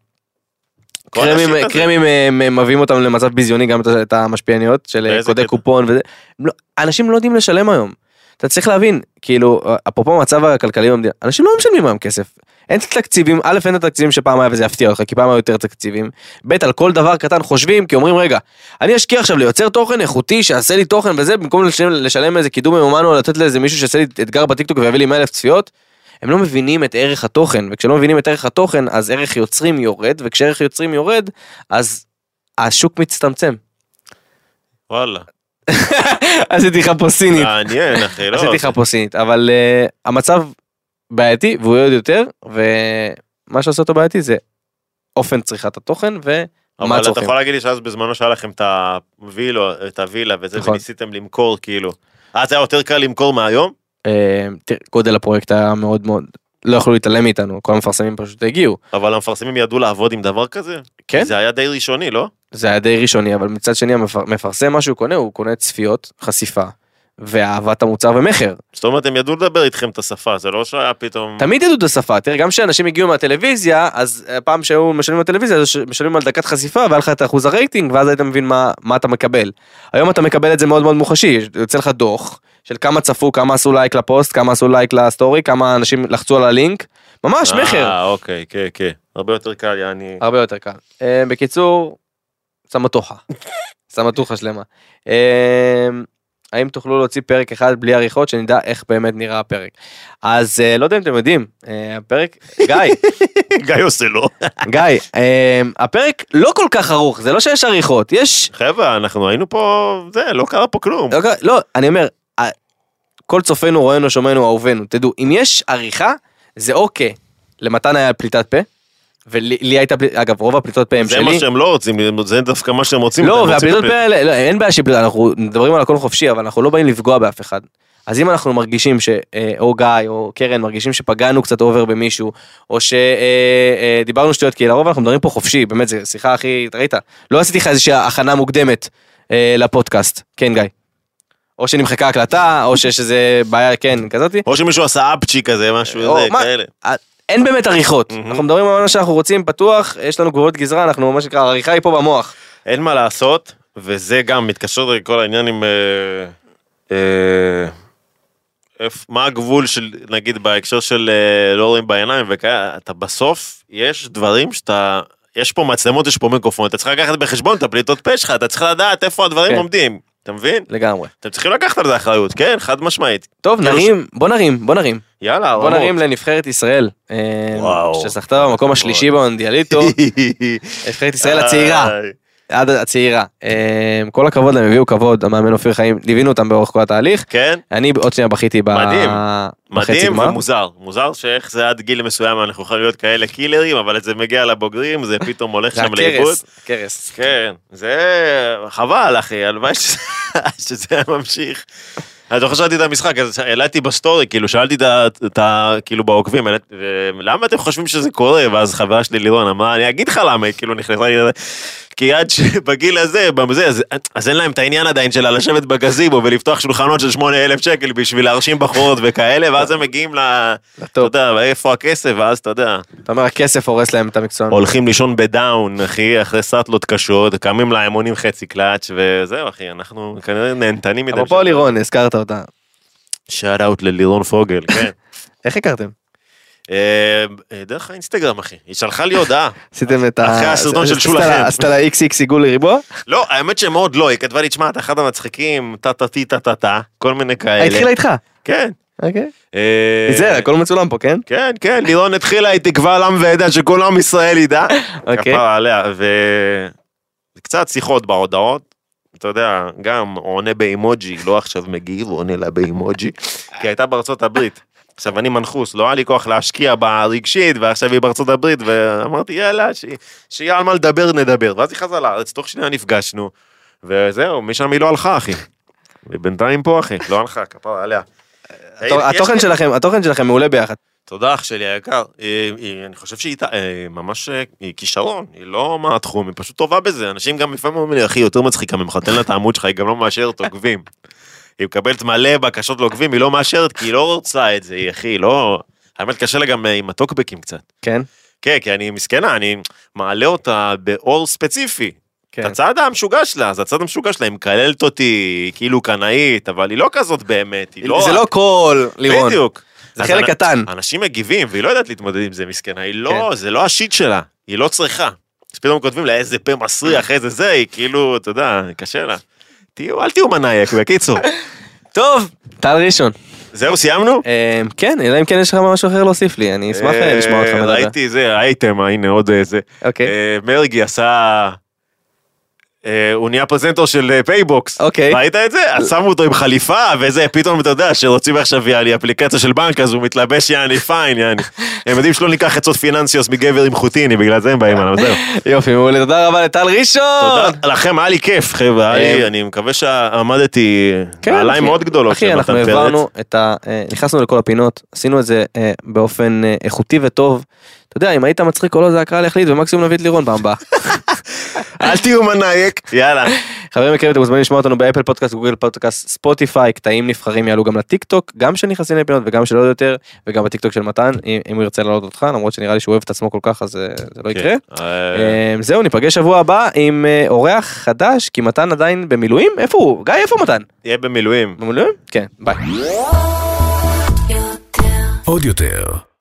Speaker 2: כל
Speaker 3: קרמים,
Speaker 2: השיט הזה.
Speaker 3: קרמים אה, הם- הם מביאים אותם למצב ביזיוני גם את ה- את המשפיעניות של אה,
Speaker 2: באיזה
Speaker 3: קודי
Speaker 2: קטע?
Speaker 3: קופון וזה. הם לא- אנשים לא יודעים לשלם היום. אתה צריך להבין, כאילו, אפרופו המצב הכלכלי במדינה, אנשים לא משלמים היום כסף. אין את התקציבים, א' אין את התקציבים שפעם היה וזה יפתיע אותך, כי פעם היו יותר תקציבים. ב' על כל דבר קטן חושבים, כי אומרים, רגע, אני אשקיע עכשיו לייצר תוכן איכותי, שיעשה לי תוכן וזה, במקום לשלם, לשלם איזה קידום ממומן או לתת לאיזה מישהו שיעשה לי אתגר בטיקטוק ויביא לי 100 אלף צפיות, הם לא מבינים את ערך התוכן, וכשלא מבינים את ערך התוכן, אז ערך יוצרים יורד, וכשערך יוצרים יורד, אז השוק מצטמצם.
Speaker 2: וואלה.
Speaker 3: עשיתי לך פה סינית,
Speaker 2: מעניין, אחי, אה, לא.
Speaker 3: עשיתי לך פה סינית, אבל אה, המצב בעייתי, והוא יהיה עוד יותר, ומה שעושה אותו בעייתי זה אופן צריכת התוכן, ומה
Speaker 2: אבל אתה
Speaker 3: הצורכים.
Speaker 2: יכול להגיד לי שאז בזמנו שהיה לכם את הווילה, את הווילה וזה,
Speaker 3: נכון.
Speaker 2: וניסיתם למכור, כאילו. אז היה יותר קל למכור מהיום?
Speaker 3: אה, תראה, גודל הפרויקט היה מאוד מאוד, לא יכלו להתעלם מאיתנו, כל המפרסמים פשוט הגיעו.
Speaker 2: אבל המפרסמים ידעו לעבוד עם דבר כזה?
Speaker 3: כן,
Speaker 2: זה היה די ראשוני, לא?
Speaker 3: זה היה די ראשוני, אבל מצד שני המפרסם מה שהוא קונה, הוא קונה צפיות, חשיפה, ואהבת המוצר ומכר.
Speaker 2: זאת אומרת, הם ידעו לדבר איתכם את השפה, זה לא שהיה פתאום...
Speaker 3: תמיד ידעו את השפה, תראה, גם כשאנשים הגיעו מהטלוויזיה, אז אה, פעם שהיו משלמים בטלוויזיה, אז ש- משלמים על דקת חשיפה, והיה לך את אחוז הרייטינג, ואז היית מבין מה, מה אתה מקבל. היום אתה מקבל את זה מאוד מאוד מוחשי, יוצא לך דוח של כמה צפו, כמה עשו לייק לפוסט, כמה עשו לייק לסטורי, כמה אנשים לחצו על הלינק, ממש מכר.
Speaker 2: אה, אוקיי, כן, כן. הרבה יותר קל, יעני.
Speaker 3: הרבה יותר קל. אה, בקיצור, סמטוחה. סמטוחה שלמה. אה, האם תוכלו להוציא פרק אחד בלי עריכות שנדע איך באמת נראה הפרק? אז אה, לא יודע אם אתם יודעים, אה, הפרק, גיא,
Speaker 2: גיא עושה לא.
Speaker 3: גיא, אמ, הפרק לא כל כך ארוך, זה לא שיש עריכות, יש...
Speaker 2: חבר'ה, אנחנו היינו פה, זה, לא קרה פה כלום.
Speaker 3: לא, לא, אני אומר, ה- כל צופינו, רואינו, שומענו, אהובנו, תדעו, אם יש עריכה, זה אוקיי. למתן היה פליטת פה, ולי לי הייתה, פל- אגב, רוב הפליטות פה הם
Speaker 2: זה מה
Speaker 3: שלי.
Speaker 2: שהם לא רוצים, זה דווקא מה שהם רוצים.
Speaker 3: לא,
Speaker 2: אתם רוצים
Speaker 3: והפליטות
Speaker 2: את
Speaker 3: פה האלה, לא, אין בעיה שפליטות, אנחנו מדברים על הכל חופשי, אבל אנחנו לא באים לפגוע באף אחד. אז אם אנחנו מרגישים שאו גיא או קרן מרגישים שפגענו קצת אובר במישהו, או שדיברנו שטויות, כי לרוב אנחנו מדברים פה חופשי, באמת, זו שיחה הכי, אתה ראית? לא עשיתי לך איזושהי הכנה מוקדמת אה, לפודקאסט, כן גיא. או שנמחקה הקלטה, או שיש איזה בעיה, כן, כזאתי.
Speaker 2: או שמישהו עשה אפצ'י כזה, משהו
Speaker 3: או,
Speaker 2: זה,
Speaker 3: מה-
Speaker 2: כאלה.
Speaker 3: אה, אין באמת עריכות,
Speaker 2: מהמם.
Speaker 3: אנחנו מדברים על מה שאנחנו רוצים, פתוח, יש לנו גבולות גזרה, אנחנו, מה שנקרא, העריכה היא פה במוח.
Speaker 2: אין מה לעשות, וזה גם מתקשר לכל העניין עם... אה, אה, איפ- מה הגבול של, נגיד, בהקשר של אה, לא רואים בעיניים וכאלה, אתה בסוף, יש דברים שאתה... יש פה מצלמות, יש פה מיקרופון, אתה צריך לקחת בחשבון את הפליטות פה שלך, אתה צריך לדעת איפה הדברים
Speaker 3: כן.
Speaker 2: עומדים, אתה מבין?
Speaker 3: לגמרי.
Speaker 2: אתם צריכים לקחת על זה אחריות, כן, חד משמעית.
Speaker 3: טוב,
Speaker 2: כאילו
Speaker 3: נרים, בוא נרים, בוא נרים.
Speaker 2: יאללה,
Speaker 3: בוא
Speaker 2: רמות.
Speaker 3: נרים לנבחרת ישראל. אה,
Speaker 2: וואו. נכון.
Speaker 3: שזכתה במקום השלישי במונדיאליטו. נבחרת ישראל
Speaker 2: אה.
Speaker 3: הצעירה.
Speaker 2: איי.
Speaker 3: עד הצעירה. אה, כל הכבוד להם, הביאו כבוד, המאמן אופיר חיים, ליווינו אותם באורך כל התהליך.
Speaker 2: כן,
Speaker 3: אני עוד שנייה בכיתי ב-
Speaker 2: מדהים.
Speaker 3: בחצי
Speaker 2: מדהים
Speaker 3: גמר.
Speaker 2: ומוזר, מוזר שאיך זה עד גיל מסוים אנחנו יכולים להיות כאלה קילרים, אבל זה מגיע לבוגרים, זה פתאום הולך
Speaker 3: זה
Speaker 2: שם לאיבוד.
Speaker 3: הקרס, קרס.
Speaker 2: כן, זה חבל אחי, הלוואי ש- שזה היה ממשיך. אני זוכר שראיתי את המשחק, אז העליתי בסטורי, כאילו שאלתי את ה- את ה... כאילו בעוקבים, העלית- ו- למה אתם חושבים שזה קורה? ואז חברה שלי לירון אמרה, אני אגיד לך למה, היא כאילו נכנסה לי... לזה. כי עד שבגיל הזה, בזה, אז, אז אין להם את העניין עדיין של לשבת בגזיבו ולפתוח שולחנות של 8,000 שקל בשביל להרשים בחורות וכאלה, ואז הם מגיעים ל... אתה
Speaker 3: לטופ.
Speaker 2: יודע, איפה הכסף, ואז אתה יודע.
Speaker 3: אתה אומר, הכסף הורס להם את המקצוען.
Speaker 2: הולכים לישון בדאון, אחי, אחרי סאטלות קשות, קמים לאמונים חצי קלאץ', וזהו, אחי, אנחנו כנראה נהנתנים מדי.
Speaker 3: אפרופו לירון, הזכרת אותה.
Speaker 2: שאט אאוט ללירון פוגל, כן.
Speaker 3: איך הכרתם?
Speaker 2: אה, אה, דרך האינסטגרם, אחי. היא שלחה לי הודעה.
Speaker 3: עשיתם את ה... אה,
Speaker 2: אחרי הסרטון של
Speaker 3: עשתה
Speaker 2: שולה
Speaker 3: לה-
Speaker 2: חן.
Speaker 3: עשתה לה איקס איקס עיגול לריבוע?
Speaker 2: לא, האמת שמאוד לא, היא כתבה לי, תשמע, אתה אחד המצחיקים, טה טה טי טה טה טה, כל מיני כאלה.
Speaker 3: התחילה איתך.
Speaker 2: כן.
Speaker 3: אוקיי.
Speaker 2: אה,
Speaker 3: תיזהר, הכל מצולם פה, כן?
Speaker 2: כן, כן, לירון התחילה איתי קבל עם ועדה שכל עם ישראל ידע.
Speaker 3: אוקיי.
Speaker 2: כפרה עליה, ו... זה קצת שיחות בהודעות. אתה יודע, גם הוא עונה באימוג'י, לא עכשיו מגיב, הוא עונה לה באימוג'י, כי הייתה בארצות הברית. עכשיו אני מנחוס, לא היה לי כוח להשקיע בה רגשית, ועכשיו היא בארצות הברית, ואמרתי יאללה, ש- שיהיה על מה לדבר נדבר. ואז היא חזרה לארץ, תוך שנייה נפגשנו, וזהו, משם היא לא הלכה אחי. ובינתיים פה אחי, לא הלכה, כפרה עליה.
Speaker 3: התוכן-
Speaker 2: יש-
Speaker 3: אה, התוכן שלכם, התוכן שלכם מעולה ביחד.
Speaker 2: תודה אח שלי היקר. אה, היא- אני חושב שהיא ת- אה, ממש אה, היא כישרון, היא לא מהתחום, היא פשוט טובה בזה. אנשים גם לפעמים אומרים לי, אחי, היא יותר מצחיקה ממך, תן לה את העמוד שלך, היא גם לא מאשרת עוקבים. היא מקבלת מלא בקשות לעוקבים, היא לא מאשרת כי היא לא רוצה את זה, היא אחי, היא לא... האמת קשה לה גם אה, עם הטוקבקים קצת.
Speaker 3: כן.
Speaker 2: כן, כי אני מסכנה, אני מעלה אותה באור ספציפי.
Speaker 3: כן.
Speaker 2: את הצד המשוגע שלה, זה הצד המשוגע שלה, היא מקללת אותי, היא כאילו קנאית, אבל היא לא כזאת באמת, היא לא...
Speaker 3: זה לא כל לירון.
Speaker 2: בדיוק.
Speaker 3: זה
Speaker 2: אז
Speaker 3: חלק
Speaker 2: אנ-
Speaker 3: קטן. כן.
Speaker 2: אנשים מגיבים, והיא לא יודעת להתמודד עם זה, מסכנה. היא לא, זה לא השיט שלה, היא לא צריכה. אז פתאום כותבים לה איזה פה מסריח, איזה זה, היא כאילו, אתה יודע, קשה לה. תהיו, אל תהיו מנאייק, בקיצור.
Speaker 3: טוב, טל ראשון.
Speaker 2: זהו, סיימנו?
Speaker 3: אה, כן, אלא אם כן יש לך משהו אחר להוסיף לי, אני אשמח אה,
Speaker 2: אה,
Speaker 3: לשמוע אותך מדבר.
Speaker 2: ראיתי זה, אייטם, הנה עוד אה, זה.
Speaker 3: אוקיי.
Speaker 2: אה, מרגי עשה... אה, הוא נהיה פרזנטור של אה, פייבוקס.
Speaker 3: אוקיי.
Speaker 2: ראית את זה? אז שמו אותו עם חליפה וזה, פתאום אתה יודע שרוצים עכשיו יעני אפליקציה של בנק אז הוא מתלבש יעני פיין יעני. הם יודעים שלא ניקח עצות פיננסיות מגבר עם חוטיני בגלל זה הם באים עליו, זהו.
Speaker 3: יופי, מעולה, תודה רבה לטל ראשון!
Speaker 2: אה. תודה לכם, היה לי כיף חבר'ה, היה לי-
Speaker 3: אה,
Speaker 2: אני מקווה שעמדתי
Speaker 3: כן, אחי.
Speaker 2: בעליים מאוד גדולות. של
Speaker 3: אחי, אנחנו
Speaker 2: מתן פרץ.
Speaker 3: העברנו את ה... אה, נכנסנו לכל הפינות, עשינו את זה אה, באופן אה, איכותי וטוב. אתה יודע, אם היית מצחיק או לא, זה הקהל יחליט, ומקסימום נביא את לירון פעם הבאה.
Speaker 2: אל תהיו מנאייק. כן. יאללה.
Speaker 3: חברים יקרים, אתם מוזמנים לשמוע אותנו באפל פודקאסט, גוגל פודקאסט, ספוטיפיי, קטעים נבחרים יעלו גם לטיקטוק, גם שנכנסים לפינות וגם של עוד יותר, וגם בטיקטוק של מתן, אם- אם הוא ירצה להעלות אותך, למרות שנראה לי שהוא אוהב את עצמו כל כך, אז אה, זה לא יקרה.
Speaker 2: כן. אה,
Speaker 3: אה, זהו, ניפגש שבוע הבא עם אה, אורח חדש, כי מתן עדיין במילואים? איפה הוא? גיא, איפה מתן?
Speaker 2: יהיה במילואים.
Speaker 3: במילואים? כן, ביי.
Speaker 1: עוד יותר,